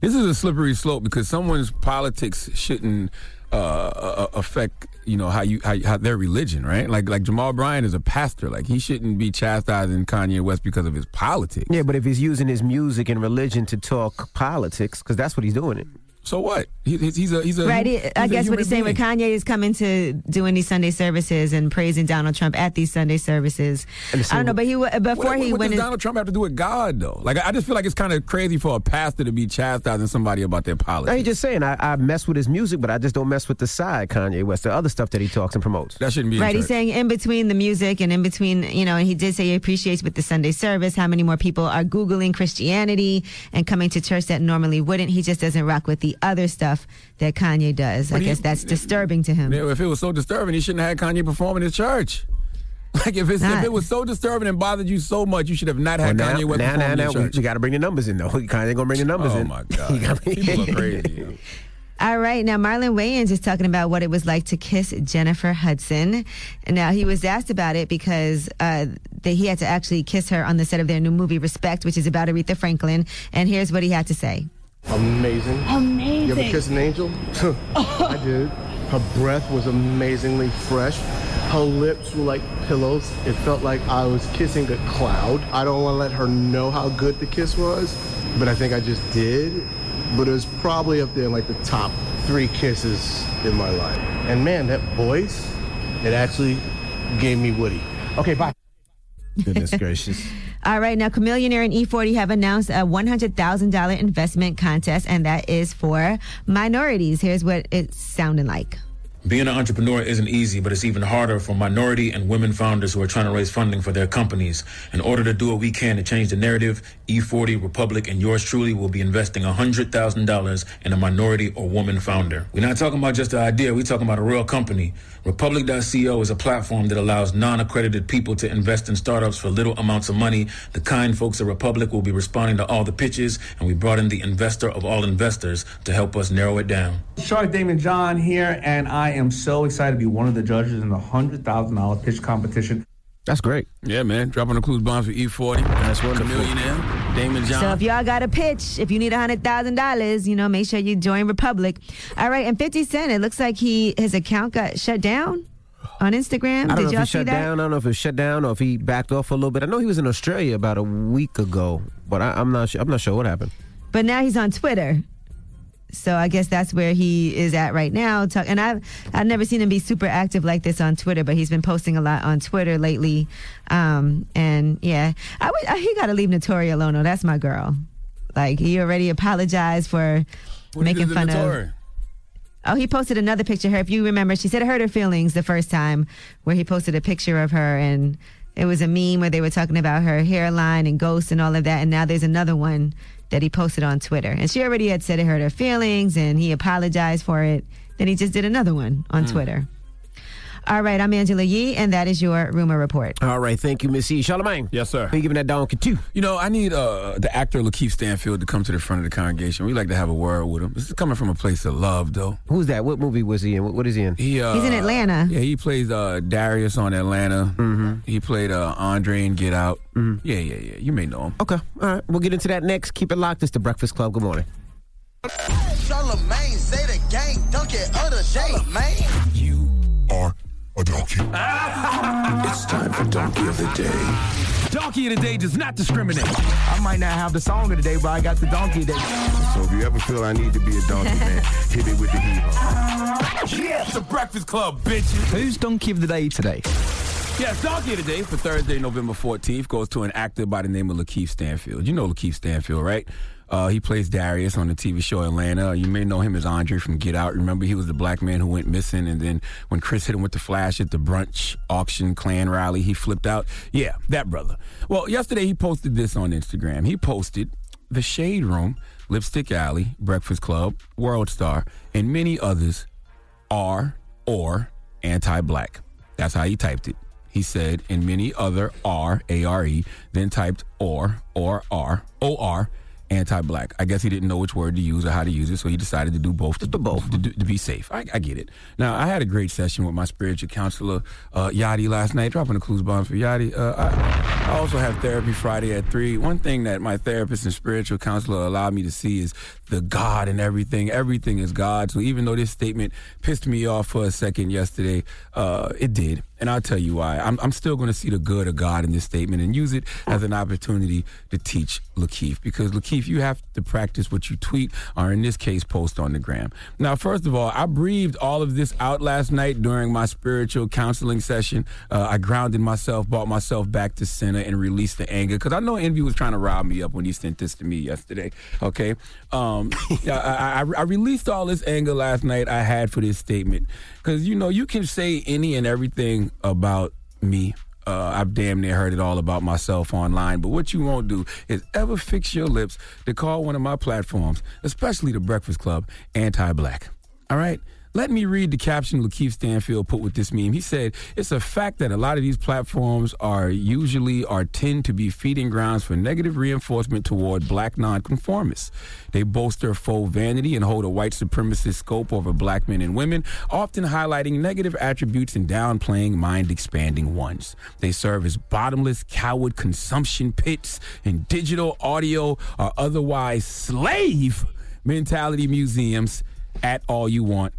E: This is a slippery slope because someone's politics shouldn't uh, uh, affect you know how you how, how their religion, right? Like like Jamal Bryant is a pastor, like he shouldn't be chastising Kanye West because of his politics.
C: Yeah, but if he's using his music and religion to talk politics, because that's what he's doing it.
E: So what? He, he's he's a he's a
D: right.
E: he's
D: I
E: a
D: guess
E: human
D: what he's saying
E: being.
D: with Kanye is coming to doing these Sunday services and praising Donald Trump at these Sunday services. I don't know, but he wa- before
E: what,
D: he
E: what
D: went
E: does
D: in,
E: Donald Trump have to do with God though? Like I I just feel like it's kind of crazy for a pastor to be chastising somebody about their
C: I
E: politics.
C: ain't just saying I, I mess with his music, but I just don't mess with the side Kanye West, the other stuff that he talks and promotes.
E: That shouldn't be
D: right, he's saying in between the music and in between, you know, and he did say he appreciates with the Sunday service how many more people are googling Christianity and coming to church that normally wouldn't. He just doesn't rock with the other stuff that Kanye does. I
E: But he-
D: guess that's disturbing to him.
E: Yeah, if it was so disturbing, he shouldn't have had Kanye perform in his church. <laughs> Like if it's, if
C: Not-
E: it was so disturbing and bothered you so much, you should have not
C: Well,
E: had
C: now,
E: Kanye West
C: now,
E: perform
C: now,
E: in
C: now,
E: his
C: we-
E: church.
C: you got to bring the numbers in though. Kanye gonna bring the numbers
E: Oh,
C: in. <laughs>
E: my God. People are crazy. yo.
D: All right, now Marlon Wayans is talking about what it was like to kiss Jennifer Hudson. Now he was asked about it because uh, that he had to actually kiss her on the set of their new movie Respect, which is about Aretha Franklin. And here's what he had to say.
T: Amazing.
D: Amazing.
T: You ever kiss an angel? <laughs> I did. Her breath was amazingly fresh. Her lips were like pillows. It felt like I was kissing a cloud. I don't want to let her know how good the kiss was, but I think I just did. But it was probably up there in like the top three kisses in my life. And man, that voice, it actually gave me Woody. Okay, bye.
C: Goodness gracious.
D: All right, now Chameleonaire and E40 have announced a $100,000 investment contest, and that is for minorities. Here's what it's sounding like.
U: Being an entrepreneur isn't easy, but it's even harder for minority and women founders who are trying to raise funding for their companies. In order to do what we can to change the narrative, E40, Republic, and yours truly will be investing $100,000 in a minority or woman founder. We're not talking about just the idea, we're talking about a real company. Republic.co is a platform that allows non accredited people to invest in startups for little amounts of money. The kind folks at Republic will be responding to all the pitches, and we brought in the investor of all investors to help us narrow it down.
V: Shark Damon John here, and I am so excited to be one of the judges in the hundred thousand dollar pitch competition.
C: That's great.
E: Yeah, man. Dropping the clues bombs for E E40. That's wonderful. Millionaire, Damon John.
D: So if y'all got a pitch, if you need $100,000, you know, make sure you join Republic. All right, and 50 Cent, it looks like he his account got shut down on Instagram.
C: I don't
D: Did
C: know if
D: y'all
C: he
D: see
C: shut
D: that?
C: down. I don't know if he shut down or if he backed off a little bit. I know he was in Australia about a week ago, but I, I'm not. Sure, I'm not sure what happened.
D: But now he's on Twitter. So I guess that's where he is at right now. Talk, and I've I've never seen him be super active like this on Twitter, but he's been posting a lot on Twitter lately. Um, and yeah, I would- I- he got to leave Notori alone. though. that's my girl. Like he already apologized for
E: What he did
D: making
E: to
D: fun of.
E: Notori?
D: Oh, he posted another picture of her. If you remember, she said it hurt her feelings the first time where he posted a picture of her and it was a meme where they were talking about her hairline and ghosts and all of that. And now there's another one that he posted on Twitter. And she already had said it hurt her feelings and he apologized for it. Then he just did another one on
C: Mm.
D: Twitter. All right, I'm Angela Yee, and that is your rumor report.
C: All right, thank you, Miss E. Charlemagne.
E: Yes, sir.
C: Who you giving that donkey to?
E: You know, I need uh, the actor Lakeith Stanfield to come to the front of the congregation. We like to have a word with him. This is coming from a place of love, though.
C: Who's that? What movie was he in? What, what is he in?
E: He, uh,
D: He's in Atlanta.
E: Yeah, he plays uh, Darius on Atlanta. Mm-hmm. He played uh, Andre in Get Out. Yeah, yeah, yeah. You may know him.
C: Mm-hmm. Okay, all right. We'll get into that next. Keep it locked. It's the Breakfast Club. Good morning.
W: Charlemagne, say the gang, dunk it other Charlemagne.
E: <laughs>
X: It's time for Donkey of the Day.
R: Donkey of the day does not discriminate. I might not have the song of the day, but I got the donkey of the day.
X: So if you ever feel I need to be a donkey, man, hit it with the heat.
R: Yeah, it's the Breakfast Club, bitches. Who's donkey of the day today?
E: Yes, Donkey today for Thursday, November 14th, goes to an actor by the name of Lakeith Stanfield. You know Lakeith Stanfield, right? Uh, he plays Darius on the TV show Atlanta. You may know him as Andre from Get Out. Remember, he was the black man who went missing, and then when Chris hit him with the flash at the brunch auction clan rally, he flipped out. Yeah, that brother. Well, yesterday he posted this on Instagram. He posted The Shade Room, Lipstick Alley, Breakfast Club, World Star, and many others are or anti black. That's how he typed it. He said, and many other R, A R E, then typed or, or R, O R, anti black. I guess he didn't know which word to use or how to use it, so he decided to do both. Just to, both. To, to be safe. I, I get it. Now, I had a great session with my spiritual counselor, uh, Yadi, last night, dropping a clues bomb for Yadi. Uh, I, I also have therapy Friday at 3. One thing that my therapist and spiritual counselor allowed me to see is the God in everything. Everything is God. So even though this statement pissed me off for a second yesterday, uh, it did. And I'll tell you why. I'm, I'm still going to see the good of God in this statement and use it as an opportunity to teach Lakeith. Because, Lakeith, you have to practice what you tweet, or in this case, post on the gram. Now, first of all, I breathed all of this out last night during my spiritual counseling session. Uh, I grounded myself, brought myself back to center, and released the anger. Because I know Envy was trying to rile me up when he sent this to me yesterday. Okay? Um, yeah, I, I, I released all this anger last night I had for this statement. Because, you know, you can say any and everything about me. Uh, I've damn near heard it all about myself online, but what you won't do is ever fix your lips to call one of my platforms, especially the Breakfast Club, anti black. All right? Let me read the caption Lakeith Stanfield put with this meme. He said, It's a fact that a lot of these platforms are usually or tend to be feeding grounds for negative reinforcement toward black nonconformists. They bolster faux vanity and hold a white supremacist scope over black men and women, often highlighting negative attributes and downplaying mind expanding ones. They serve as bottomless coward consumption pits and digital, audio, or otherwise slave mentality museums at all you want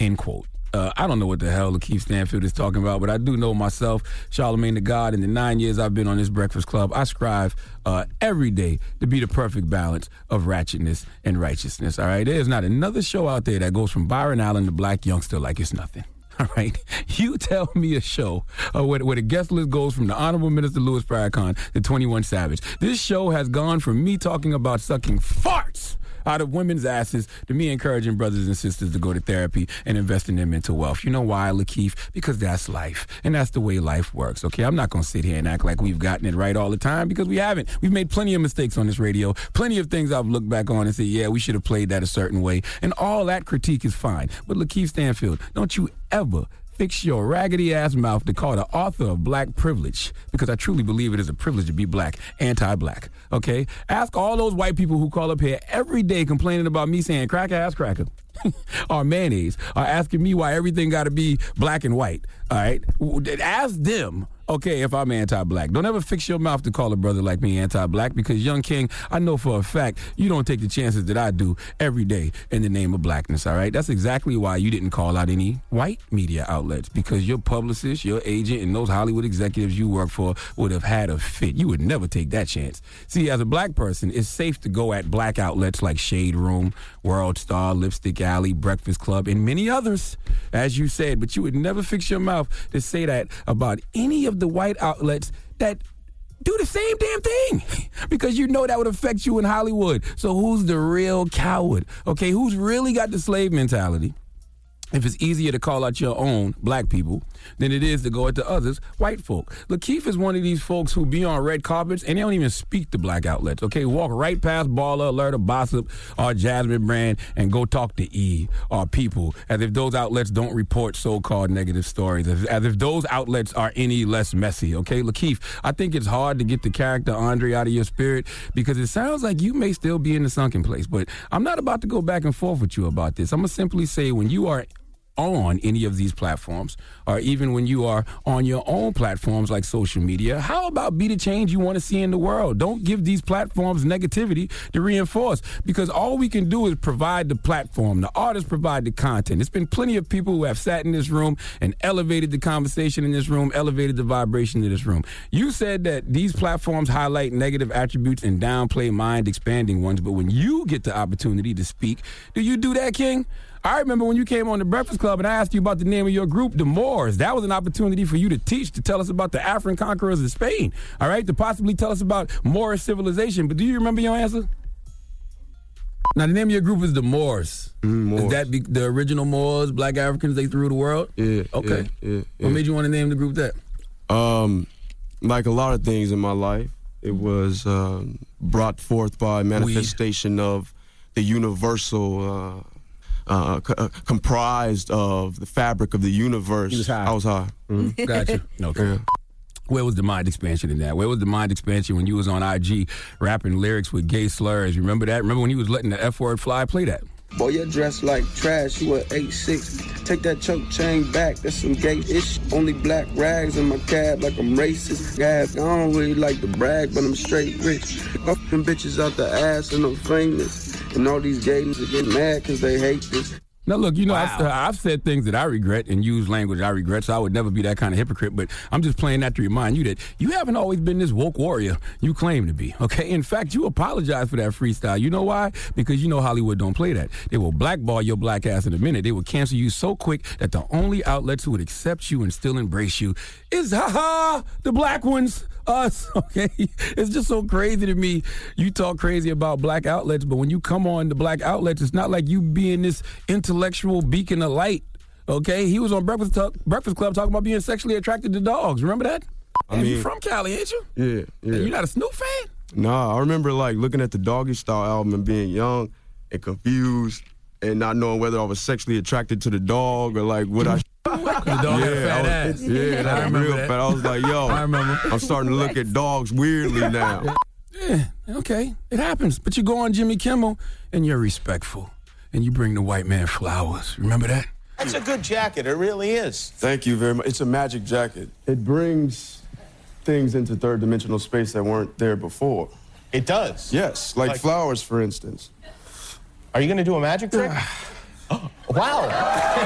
E: end quote. Uh, I don't know what the hell Lakeith Stanfield is talking about, but I do know myself, Charlemagne the God, in the nine years I've been on this Breakfast Club, I strive uh, every day to be the perfect balance of ratchetness and righteousness. All right, there's not another show out there that goes from Byron Allen to Black Youngster like it's nothing. <laughs> All right, you tell me a show uh, where, where the guest list goes from the Honorable Minister Louis Farrakhan to 21 Savage. This show has gone from me talking about sucking farts out of women's asses to me encouraging brothers and sisters to go to therapy and investing them into wealth. You know why, Lakeith? Because that's life. And that's the way life works, okay? I'm not going to sit here and act like we've gotten it right all the time because we haven't. We've made plenty of mistakes on this radio, plenty of things I've looked back on and said, yeah, we should have played that a certain way. And all that critique is fine. But Lakeith Stanfield, don't you ever fix your raggedy ass mouth to call the author of black privilege because I truly believe it is a privilege to be black, anti black. Okay? Ask all those white people who call up here every day complaining about me saying cracker ass cracker <laughs> or mayonnaise or asking me why everything got to be black and white. All right? Ask them. Okay, if I'm anti black, don't ever fix your mouth to call a brother like me anti black because, young king, I know for a fact you don't take the chances that I do every day in the name of blackness, all right? That's exactly why you didn't call out any white media outlets because your publicist, your agent, and those Hollywood executives you work for would have had a fit. You would never take that chance. See, as a black person, it's safe to go at black outlets like Shade Room, World Star, Lipstick Alley, Breakfast Club, and many others, as you said, but you would never fix your mouth to say that about any of the white outlets that do the same damn thing <laughs> because you know that would affect you in Hollywood. So who's the real coward? Okay, who's really got the slave mentality? If it's easier to call out your own black people than it is to go at the others, white folk. Lakeith is one of these folks who be on red carpets and they don't even speak to black outlets. Okay, walk right past Baller, Alert, or Bossip, or Jasmine Brand, and go talk to E or people, as if those outlets don't report so-called negative stories, as, as if those outlets are any less messy. Okay, Lakeith, I think it's hard to get the character Andre out of your spirit because it sounds like you may still be in the sunken place. But I'm not about to go back and forth with you about this. I'm gonna simply say when you are on any of these platforms, or even when you are on your own platforms like social media, how about be the change you want to see in the world? Don't give these platforms negativity to reinforce because all we can do is provide the platform. The artists provide the content. It's been plenty of people who have sat in this room and elevated the conversation in this room, elevated the vibration in this room. You said that these platforms highlight negative attributes and downplay mind expanding ones, but when you get the opportunity to speak, do you do that, King? I remember when you came on the Breakfast Club and I asked you about the name of your group, the Moors. That was an opportunity for you to teach, to tell us about the African conquerors of Spain, all right, to possibly tell us about Moorish civilization. But do you remember your answer? Now, the name of your group is the Moors.
B: Mm,
E: Is that be- the original Moors, black Africans they threw the world?
B: Yeah.
E: Okay.
B: Yeah, yeah,
E: What made you want to name the group that?
B: Um, like a lot of things in my life, it was um, brought forth by manifestation of the universal, uh, uh, c- uh, comprised of the fabric of the universe. I was high. <laughs>
E: Gotcha. Mm-hmm. Okay. Where was the mind expansion in that? Where was the mind expansion when you was on IG rapping lyrics with gay slurs? Remember that? Remember when he was letting the F word fly? Play that.
I: Boy, you're dressed like trash. You a 8'6. Take that choke chain back. That's some gay ish. Only black rags in my cab like I'm racist. Gab, I don't really like to brag, but I'm straight rich. Fuck them bitches out the ass and I'm famous. And all these gays are getting mad because they hate this.
E: Now, look, you know, I've, I've said things that I regret and used language I regret, so I would never be that kind of hypocrite. But I'm just playing that to remind you that you haven't always been this woke warrior you claim to be, okay? In fact, you apologize for that freestyle. You know why? Because you know Hollywood don't play that. They will blackball your black ass in a minute. They will cancel you so quick that the only outlets who would accept you and still embrace you is, haha, the black ones us, <laughs> okay? It's just so crazy to me. You talk crazy about black outlets, but when you come on the black outlets, it's not like you being this intellectual beacon of light, okay? He was on Breakfast, Talk, Breakfast Club talking about being sexually attracted to dogs. Remember that?
B: I
E: and you
B: mean-
E: from Cali, ain't you?
B: Yeah, yeah.
E: And you not a Snoop fan?
B: Nah, I remember like looking at the Doggy Style album and being young and confused and not knowing whether I was sexually attracted to the dog or like what I.
E: <laughs> The dog had
B: Yeah,
E: a
B: I
E: fat
B: was- <laughs>
E: ass.
B: yeah, that
E: I
B: was
E: remember
B: real
E: that.
B: fat. I was like, yo,
E: <laughs> I remember.
B: I'm starting to look at dogs weirdly now.
E: <laughs> Okay, it happens. But you go on Jimmy Kimmel and you're respectful and you bring the white man flowers. Remember that?
B: That's a good jacket. It really is. Thank you very much. It's a magic jacket. It brings things into third dimensional space that weren't there before. It does. Yes, like, flowers, for instance. Are you going to do a magic trick?
J: Wow. <laughs>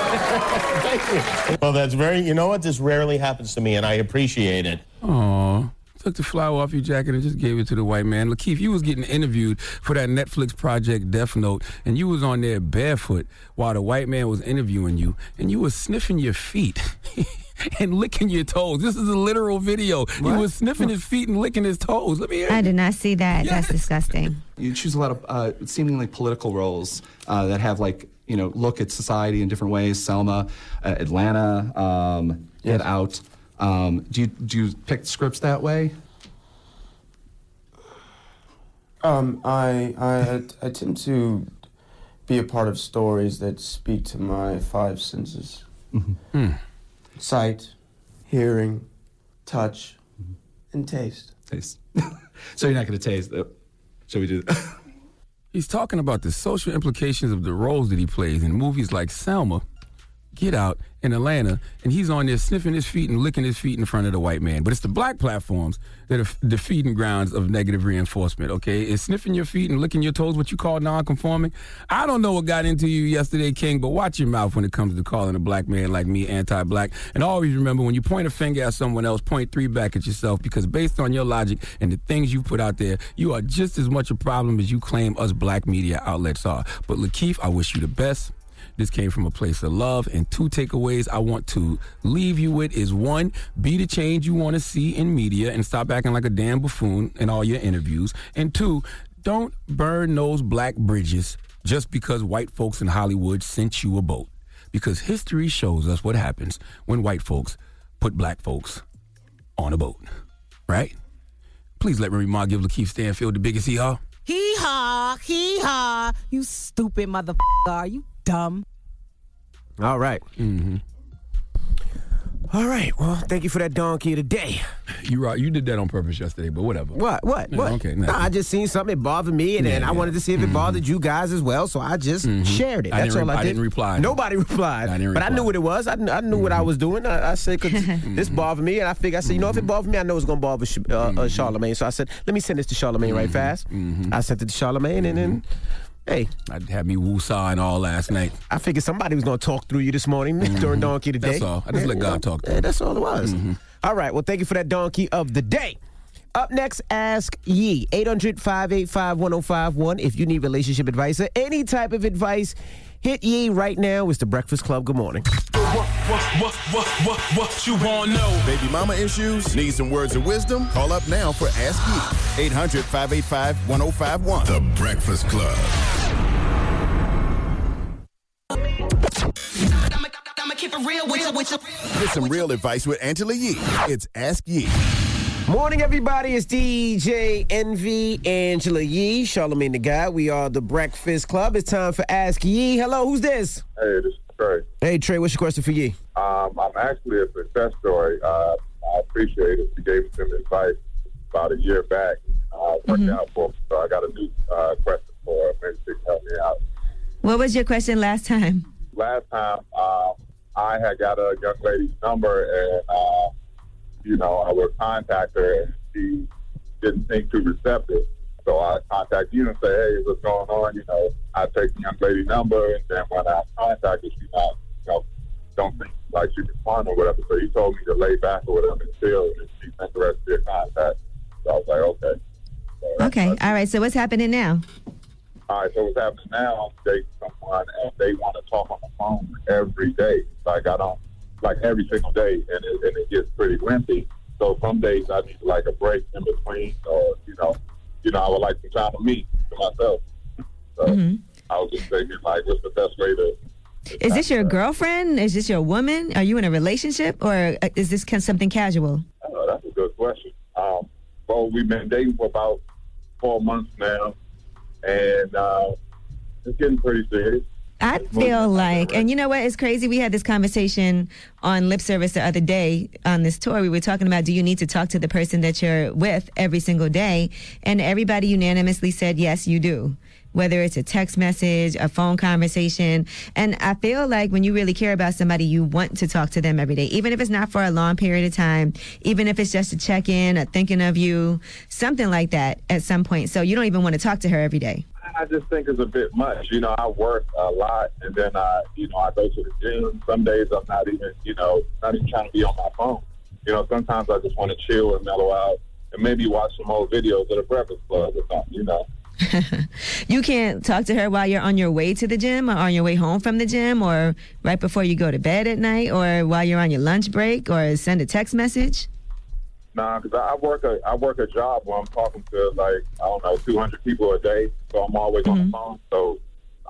J: Thank you. Well, that's very, you know what? This rarely happens to me, and I appreciate it.
E: Aw. Took the flower off your jacket and just gave it to the white man. Lakeith, you was getting interviewed for that Netflix project Death Note, and you was on there barefoot while the white man was interviewing you, and you was sniffing your feet <laughs> and licking your toes. This is a literal video. You was sniffing his feet and licking his toes. Let me hear.
D: I did not see that. That's disgusting.
Y: You choose a lot of uh, seemingly political roles uh, that have like you know look at society in different ways. Selma, uh, Atlanta, um, Get Out. Um, do you do you pick scripts that way?
X: Um, I I attempt to be a part of stories that speak to my five senses: sight, hearing, touch, and taste.
Y: Taste. so you're not going to taste. Uh, should we do <laughs> that?
E: He's talking about the social implications of the roles that he plays in movies like Selma, Get Out, and Atlanta, and he's on there sniffing his feet and licking his feet in front of the white man. But it's the black platforms that are f- the feeding grounds of negative reinforcement, okay? Is sniffing your feet and licking your toes what you call non-conforming? I don't know what got into you yesterday, King, but watch your mouth when it comes to calling a black man like me anti-black. And always remember, when you point a finger at someone else, point three back at yourself, because based on your logic and the things you put out there, you are just as much a problem as you claim us black media outlets are. But Lakeith, I wish you the best. This came from a place of love. And two takeaways I want to leave you with is one, be the change you want to see in media and stop acting like a damn buffoon in all your interviews. And two, don't burn those black bridges just because white folks in Hollywood sent you a boat. Because history shows us what happens when white folks put black folks on a boat, right? Please let Remy Ma give Lakeith Stanfield the biggest ER.
Z: Hee haw, hee haw. You stupid motherfucker. Are you dumb?
C: All right.
E: Mm-hmm.
C: All right. Well, thank you for that donkey today.
E: You right. You did that on purpose yesterday, but whatever.
C: What? What?
E: Yeah,
C: what?
E: okay,
C: No,
E: nah.
C: I just seen something that bothered me, and then I wanted to see if it bothered you guys as well. So I just shared it.
E: Mm-hmm. I
C: That's
E: didn't
C: all
E: re-
C: I
E: I
C: did.
E: didn't reply.
C: Nobody <laughs> replied.
E: I didn't
C: but I
E: reply. Mm-hmm.
C: knew what it was. I, kn- I knew what I was doing. I, I said, "Cause this bothered me," and I figured, I said, "You know, if it
E: Mm-hmm.
C: bothered me, I know it's gonna bother Sh- uh, uh, Charlemagne." So I said, "Let me send this to Charlemagne right
E: Mm-hmm.
C: fast." I sent it to Charlemagne, and then, hey,
E: I had me woosah and all last night. Mm-hmm.
C: I figured somebody was gonna talk through you this morning <laughs> during Donkey today.
E: That's all. I just let
C: Yeah,
E: God
C: yeah.
E: talk to Mm-hmm.
C: Yeah,
E: me.
C: that's all it was. All right. Well, thank you for that donkey of the day. Up next, ask Yee. 800 585 1051. If you need relationship advice or any type of advice, Hit Ye right now is the Breakfast Club. Good morning.
A: What, what, what, what, what, what you want to know? Baby mama issues? Need some words of wisdom? Call up now for Ask Ye. 800 585 1051. The Breakfast Club.
W: I'ma keep it real with you, with you.
A: Get some real advice with Angela Yee. It's Ask Ye.
C: Morning, everybody. It's DJ NV, Angela Yee, Charlemagne the Guy. We are the Breakfast Club. It's time for Ask Yee. Hello, who's this?
M: Hey, this is Trey.
C: Hey, Trey, what's your question for Yee?
M: Um, I'm actually a success story. Uh, I appreciate it. You gave some advice about a year back. Uh, it worked out for me, so I got a new uh, question for him, and she can help me out.
D: What was your question last time?
M: Last time, uh, I had got a young lady's number, and uh, you know, I would contact her, and she didn't seem too receptive. So I contact you and say, "Hey, what's going on?" You know, I take the young lady's number, and then when I contact her, she not, you know, don't think like she can respond or whatever. So you told me to lay back or whatever and chill, and if she's interested in contact. So I was like, "Okay."
D: Okay. All right. So what's happening now?
M: All right, so what's happening now? I'm dating someone and they want to talk on the phone every day. Like I don't, like every single day, and it, and it gets pretty lengthy. So some days I need like a break in between, or you know, you know, I would like some time to me to myself. So I was just thinking, like, what's the best way to?
D: Is this your girlfriend? Is this your woman? Are you in a relationship, or uh, is this ca- something casual?
M: Oh, that's a good question. Um, well, we've been dating for about four months now, and uh, it's getting pretty serious.
D: I feel like, and you know what? It's crazy. We had this conversation on lip service the other day on this tour. We were talking about do you need to talk to the person that you're with every single day? And everybody unanimously said, yes, you do. Whether it's a text message, a phone conversation. And I feel like when you really care about somebody, you want to talk to them every day, even if it's not for a long period of time, even if it's just a check in, a thinking of you, something like that at some point. So you don't even want to talk to her every day.
M: I just think it's a bit much. You know, I work a lot, and then I, you know, I go to the gym. Some days I'm not even, you know, not even trying to be on my phone. You know, sometimes I just want to chill and mellow out, and maybe watch some old videos at a breakfast club or something. You know,
D: You can't talk to her while you're on your way to the gym or on your way home from the gym or right before you go to bed at night or while you're on your lunch break or send a text message.
M: nah, because I I work a I work a job where I'm talking to like I don't know 200 people a day, so I'm always
D: Mm-hmm.
M: on the phone. So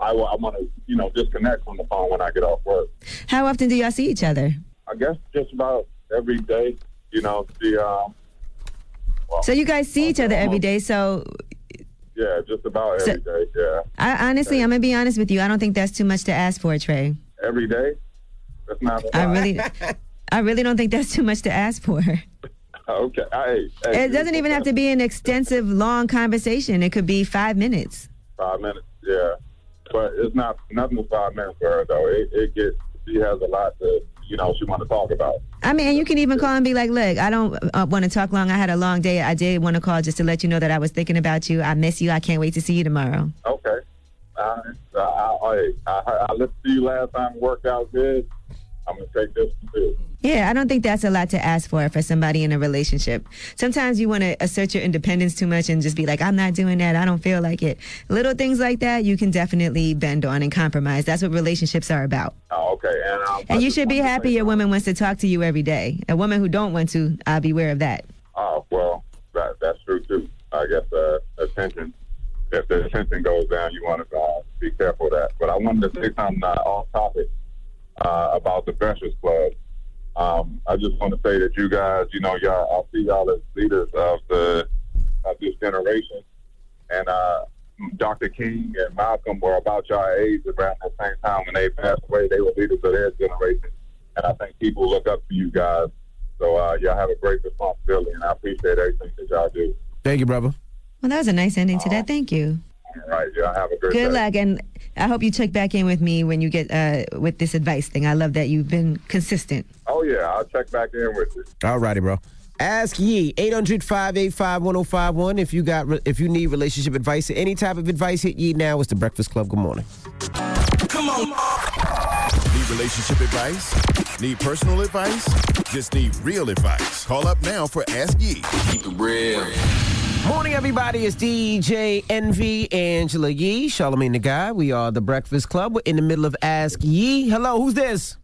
M: I, wa- I want to, you know, disconnect from the phone when I get off work.
D: How often do y'all see each other?
M: I guess just about every day, you know, the um,
D: So you guys see each other every day. So
M: yeah, just about every day, yeah,
D: I honestly, I'm gonna be honest with you. I don't think that's too much to ask for, Trey.
M: every day. That's not. a
D: I
M: lot. <laughs>
D: really, I really don't think that's too much to ask for.
M: okay. I, hey,
D: It doesn't even have to be an extensive, long conversation. It could be five minutes.
M: five minutes. Yeah, but it's not nothing with five minutes for her though. It, it gets she has a lot to you know she want to talk about.
D: I mean, and you can even call and be like, look, I don't uh, want to talk long. I had a long day. I did want to call just to let you know that I was thinking about you. I miss you. I can't wait to see you tomorrow.
M: Okay. All right. I, I, I, I, I listened to you last time. It Worked out good. I'm gonna take this one, too.
D: Yeah, I don't think that's a lot to ask for for somebody in a relationship. Sometimes you want to assert your independence too much and just be like, I'm not doing that. I don't feel like it. Little things like that, you can definitely bend on and compromise. That's what relationships are about.
M: Oh, okay. And um,
D: And you should be happy your woman wants to talk to you every day. A woman who don't want to, I'll beware of that.
M: oh well, that that's true too. I guess uh, attention. If the attention goes down, you want to uh, be careful of that. But I wanted to say something uh, off topic uh, about the Breakfast Club. Um, I just want to say that you guys, you know, y'all, I see y'all as leaders of the of this generation, and uh, Dr. King and Malcolm were about y'all age around the same time when they passed away. They were leaders of their generation, and I think people look up to you guys. So uh, y'all have a great responsibility, and I appreciate everything that y'all do.
C: Thank you, brother.
D: Well, that was a nice ending to
M: Oh.
D: that. Thank you.
M: All right, y'all have a great day.
D: Good luck, and I hope you check back in with me when you get uh, with this advice thing. I love that you've been consistent.
M: Oh yeah, I'll check back in with you.
C: All righty, bro. Ask Ye 800-585-1051 if you got re- if you need relationship advice or any type of advice hit Ye now it's the Breakfast Club good morning.
A: Come on. Need relationship advice? Need personal advice? Just need real advice. Call up now for Ask Ye. Keep it real.
C: Morning, everybody. It's DJ NV, Angela Yee, Charlemagne the Guy. We are the Breakfast Club. We're in the middle of Ask Yee. Hello, who's this?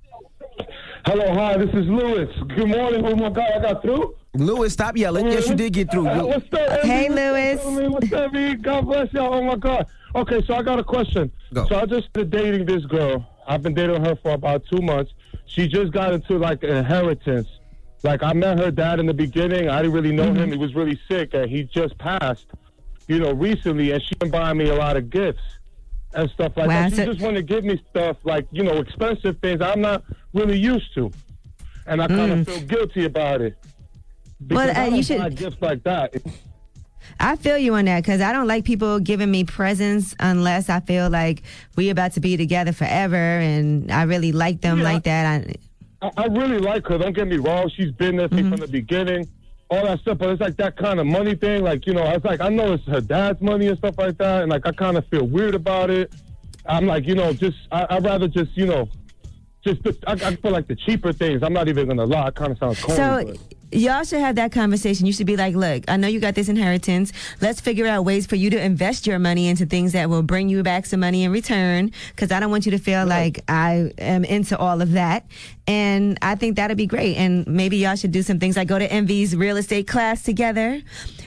G: Hello, hi. This is Lewis. Good morning. Oh my God, I got through.
C: Lewis, stop yelling. Yes, you did get through.
G: Uh, what's up,
D: Hey,
G: Lewis. What's up, man? God bless y'all. Oh my God. Okay, so I got a question. So I just been dating this girl. I've been dating her for about two months. She just got into like an inheritance. Like I met her dad in the beginning. I didn't really know
D: Mm-hmm.
G: him. He was really sick, and he just passed. You know, recently, and she been buying me a lot of gifts and stuff like
D: Wow,
G: that. She
D: so-
G: just want to give me stuff like you know expensive things I'm not really used to, and I kind of
D: Mm.
G: feel guilty about it.
D: Well,
G: Because
D: uh,
G: I don't
D: you should-
G: buy gifts like that.
D: I feel you on that because I don't like people giving me presents unless I feel like we about to be together forever and I really like them like that. I,
G: I, I really like her. Don't get me wrong. She's been with me
D: Mm-hmm.
G: from the beginning, all that stuff. But it's like that kind of money thing. Like you know, it's like I know it's her dad's money and stuff like that, and like I kind of feel weird about it. I'm like, you know, just I, I'd rather just you know, just the, I, I feel like the cheaper things. I'm not even gonna lie. It kind of sounds corny.
D: So
G: but-
D: y'all should have that conversation. You should be like, look, I know you got this inheritance. Let's figure out ways for you to invest your money into things that will bring you back some money in return. Cause I don't want you to feel like I am into all of that. And I think that'd be great. And maybe y'all should do some things like go to Envy's real estate class together.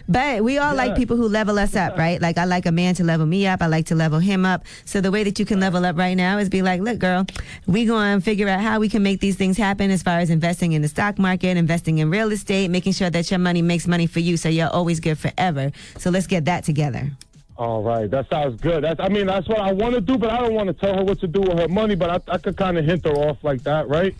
D: But we all like
N: Yeah.
D: people who level us up, right? Like I like a man to level me up. I like to level him up. So the way that you can level up right now is be like, look, girl, we going to figure out how we can make these things happen as far as investing in the stock market, investing in real estate, making sure that your money makes money for you. So you're always good forever. So let's get that together.
G: All right, that sounds good. That's, I mean, that's what I want to do, but I don't want to tell her what to do with her money. But I, I could kind of hint her off like that, right?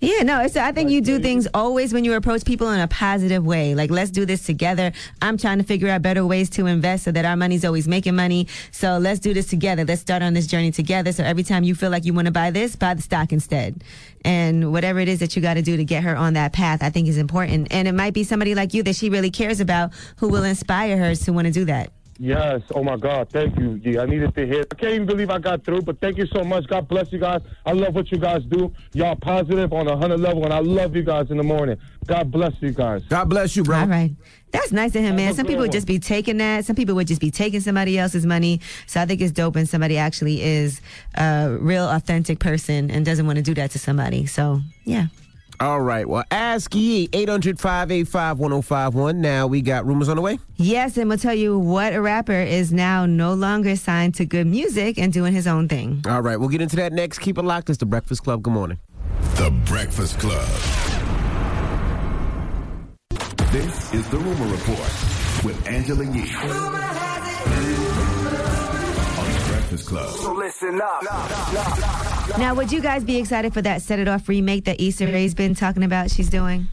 D: Yeah, no, it's, I think you do things always when you approach people in a positive way. Like, let's do this together. I'm trying to figure out better ways to invest so that our money's always making money. So let's do this together. Let's start on this journey together. So every time you feel like you want to buy this, buy the stock instead. And whatever it is that you got to do to get her on that path, I think is important. And it might be somebody like you that she really cares about who will inspire her to want to do that.
G: Yes. Oh my God. Thank you. Yeah, I needed to hear. I can't even believe I got through, but thank you so much. God bless you guys. I love what you guys do. Y'all positive on a hundred level, and I love you guys in the morning. God bless you guys.
C: God bless you, bro.
D: All right. That's nice of him, man.
G: Have a
D: Some
G: good
D: people would
G: one.
D: just be taking that. Some people would just be taking somebody else's money. So I think it's dope when somebody actually is a real authentic person and doesn't want to do that to somebody. So yeah.
C: All right. Well, ask ye 800 585 1051. Now we got rumors on the way.
D: Yes, and we'll tell you what a rapper is now no longer signed to good music and doing his own thing.
C: All right. We'll get into that next. Keep it locked. It's the Breakfast Club. Good morning.
A: The Breakfast Club. This is the Rumor Report with Angela Yee. On the Breakfast Club.
O: Listen up.
D: Now, would you guys be excited for that Set It Off remake that Issa Rae's been talking about she's doing?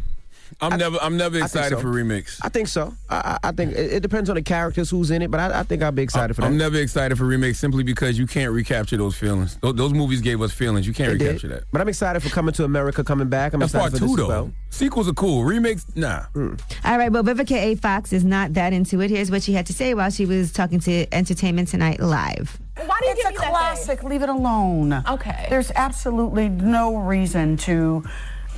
E: I'm never I'm never
C: I think
E: excited
C: so.
E: for remix.
C: I think so. I, I I think it, it depends on the characters who's in it, but I, I think I'll be excited for that.
E: I'm never excited for remix simply because you can't recapture those feelings. Those, those movies gave us feelings. You can't
C: It did.
E: recapture that.
C: But I'm excited for coming to America, coming back. I'm
E: That's
C: excited
E: part
C: for
E: two,
C: this
E: though.
C: as well.
E: Sequels are cool. Remakes, nah.
C: Mm.
D: All right, well, Vivica A. Fox is not that into it. Here's what she had to say while she was talking to Entertainment Tonight Live.
Q: Why do you it's a classic. Leave it alone. Okay. There's absolutely no reason to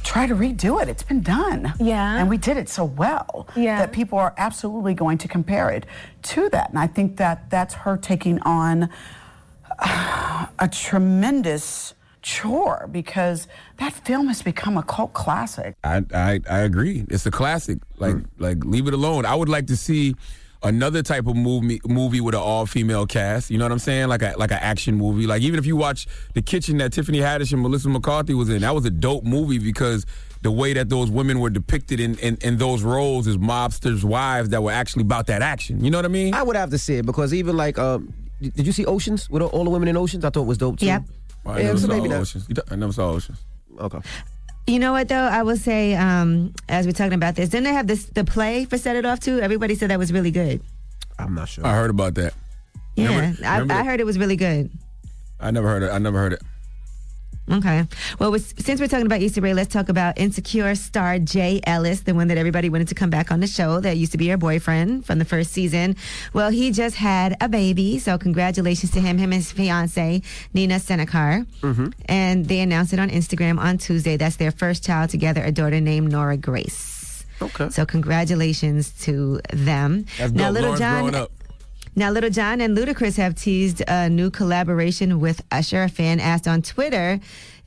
Q: try to redo it. It's been done. Yeah. And we did it so well yeah. that people are absolutely going to compare it to that. And I think that that's her taking on uh, a tremendous chore because that film has become a cult classic.
E: I, I I agree. It's a classic. Like
C: Mm.
E: like leave it alone. I would like to see another type of movie movie with an all female cast. You know what I'm saying? Like a like an action movie. Like even if you watch The Kitchen that Tiffany Haddish and Melissa McCarthy was in, that was a dope movie because the way that those women were depicted in, in, in those roles as mobsters' wives that were actually about that action. You know what I mean?
C: I would have to see it because even like, um, did you see Oceans with all- all the women in Oceans? I thought it was dope too. Yep.
E: I never saw Oceans. You don't- I never saw Oceans.
C: Okay.
D: You know what though? I will say, um, as we're talking about this, didn't they have this the play for Set It Off too? Everybody said that was really good.
C: I'm not sure.
E: I heard about that.
D: Yeah,
E: Remember-
D: I,
E: remember
D: I
E: the-
D: heard it was really good.
E: I never heard it. I never heard it.
D: Okay. Well, with, since we're talking about Issa Rae, let's talk about Insecure star Jay Ellis, the one that everybody wanted to come back on the show that used to be her boyfriend from the first season. Well, he just had a baby, so congratulations to him, him and his fiance Nina Senekar.
N: Mm-hmm.
D: And they announced it on Instagram on Tuesday. That's their first child together, a daughter named Nora Grace. Okay. So congratulations to them.
E: That's
D: now,
E: dope.
D: Little
E: Lauren's
D: John.
E: growing up.
D: Now, Little John and Ludacris have teased a new collaboration with Usher. A fan asked on Twitter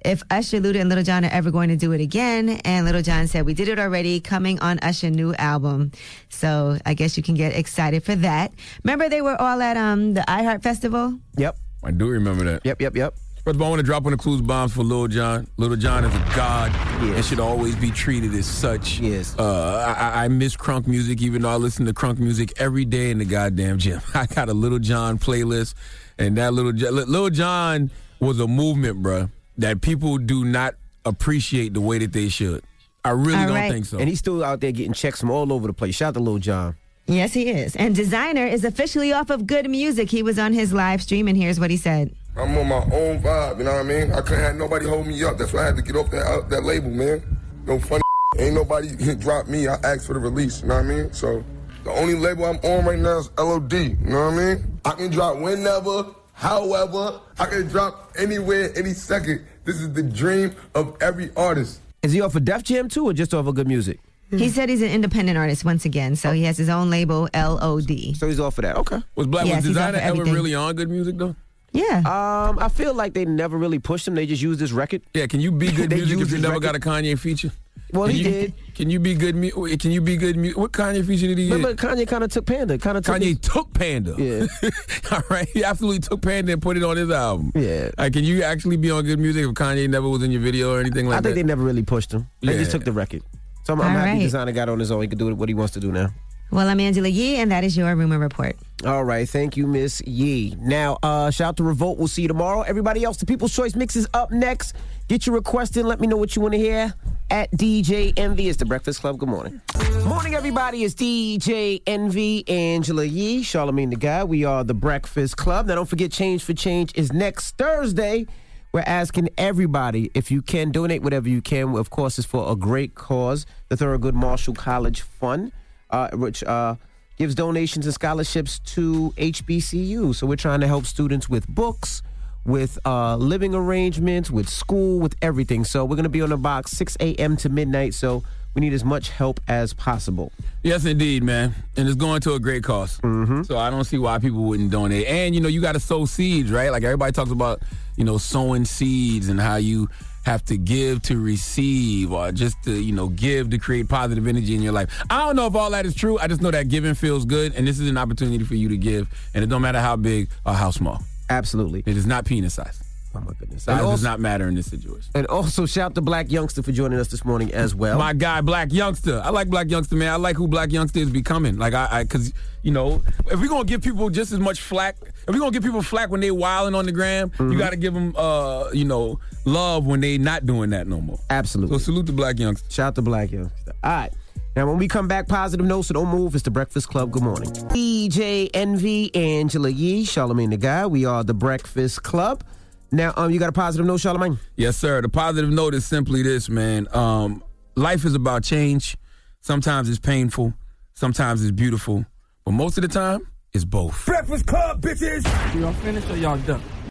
D: if Usher, Luda, and Little John are ever going to do it again. And Little John said, We did it already, coming on Usher new album. So I guess you can get excited for that. Remember, they were all at um, the iHeart Festival?
C: Yep.
E: I do remember that.
C: Yep, yep, yep.
E: First of all, I want to drop on the clues bombs for Lil John. Lil John is a god and should always be treated as such. Yes. Uh, I, I miss crunk music, even though I listen to crunk music every day in the goddamn gym. <laughs> I got a Little John playlist, and that Little John, Little John was a movement, bruh, that people do not appreciate the way that they should. I really
D: All
E: don't
D: right.
E: think so.
C: And he's still out there getting checks from all over the place. Shout out to Lil John.
D: Yes, he is. And Designer is officially off of good music. He was on his live stream, and here's what he said.
F: I'm on my own vibe, you know what I mean? I couldn't have nobody hold me up. That's why I had to get off that out that label, man. No funny <laughs> ain't nobody can drop me. I asked for the release, you know what I mean? So the only label I'm on right now is LOD, you know what I mean? I can drop whenever, however, I can drop anywhere, any second. This is the dream of every artist.
C: Is he off of Def Jam too, or just off of good music?
D: He said he's an independent artist once again, so he has his own label, LOD.
C: So he's off of that. Okay.
E: Was Black
D: Yes,
E: was
D: he's out
E: designer
D: for
E: ever
D: everything.
E: really on good music though?
D: Yeah.
C: Um, I feel like they never really pushed him. They just used this record.
E: Yeah. Can you be
C: <laughs>
E: good
C: They
E: music
C: used
E: if you
C: his
E: never
C: record.
E: got a Kanye feature?
C: Well,
E: can
C: he
E: you,
C: did.
E: Can you be good? mu- Can you be good? mu- What Kanye feature did he get?
C: Remember, Kanye kind of took Panda. Kind of took
E: Kanye
C: his-
E: took Panda. Yeah. <laughs> All right. He absolutely took Panda and put it on his album.
C: Yeah.
E: Like, can you actually be on good music if Kanye never was in your video or anything
C: I
E: like
C: think
E: that?
C: they never really pushed him. They
E: Yeah.
C: just took the record. So I'm, I'm
D: All
C: happy
D: right.
C: designer got on his own. He can do what he wants to do now.
D: Well, I'm Angela Yee, and that is your rumor report.
C: All right, thank you, Miss Yee. Now, uh, shout out to Revolt. We'll see you tomorrow. Everybody else, the People's Choice Mix is up next. Get your request in. Let me know what you want to hear. At DJ Envy, it's the Breakfast Club. Good morning. Morning, everybody. It's DJ Envy, Angela Yee, Charlemagne the Guy. We are the Breakfast Club. Now, don't forget, Change for Change is next Thursday. We're asking everybody if you can donate whatever you can. Of course, it's for a great cause, the Thorogood Marshall College Fund, uh, which uh, gives donations and scholarships to HBCU. So we're trying to help students with books, with uh, living arrangements, with school, with everything. So we're going to be on the box 6 a.m. to midnight. So we need as much help as possible.
E: Yes, indeed, man. And it's going to a great cost. Mm-hmm. So I don't see why people wouldn't donate. And, you know, you got to sow seeds, right? Like, everybody talks about, you know, sowing seeds and how you have to give to receive or just to, you know, give to create positive energy in your life. I don't know if all that is true. I just know that giving feels good. And this is an opportunity for you to give. And it don't matter how big or how small.
C: Absolutely.
E: It is not penis size.
C: Oh, my goodness.
E: Size
C: And
E: does
C: also-
E: not matter in this situation.
C: And also, shout out to Black Youngster for joining us this morning as well.
E: My guy, Black Youngster. I like Black Youngster, man. I like who Black Youngster is becoming. Like, I, I cause, you know, if we're gonna give people just as much flack, if we're gonna give people flack when they wilding on the gram,
C: Mm-hmm.
E: you gotta give them, uh, you know, love when they not doing that no more.
C: Absolutely.
E: So salute to Black Youngster.
C: Shout out to Black Youngster. All right. Now, when we come back, positive notes, so don't move. It's the Breakfast Club. Good morning. DJ Envy, Angela Yee, Charlemagne the Guy. We are the Breakfast Club. Now, um, you got a positive note, Charlemagne?
E: Yes, sir. The positive note is simply this, man. Um, life is about change. Sometimes it's painful, sometimes it's beautiful, but most of the time, it's both.
H: Breakfast Club, bitches! Y'all finished or y'all done?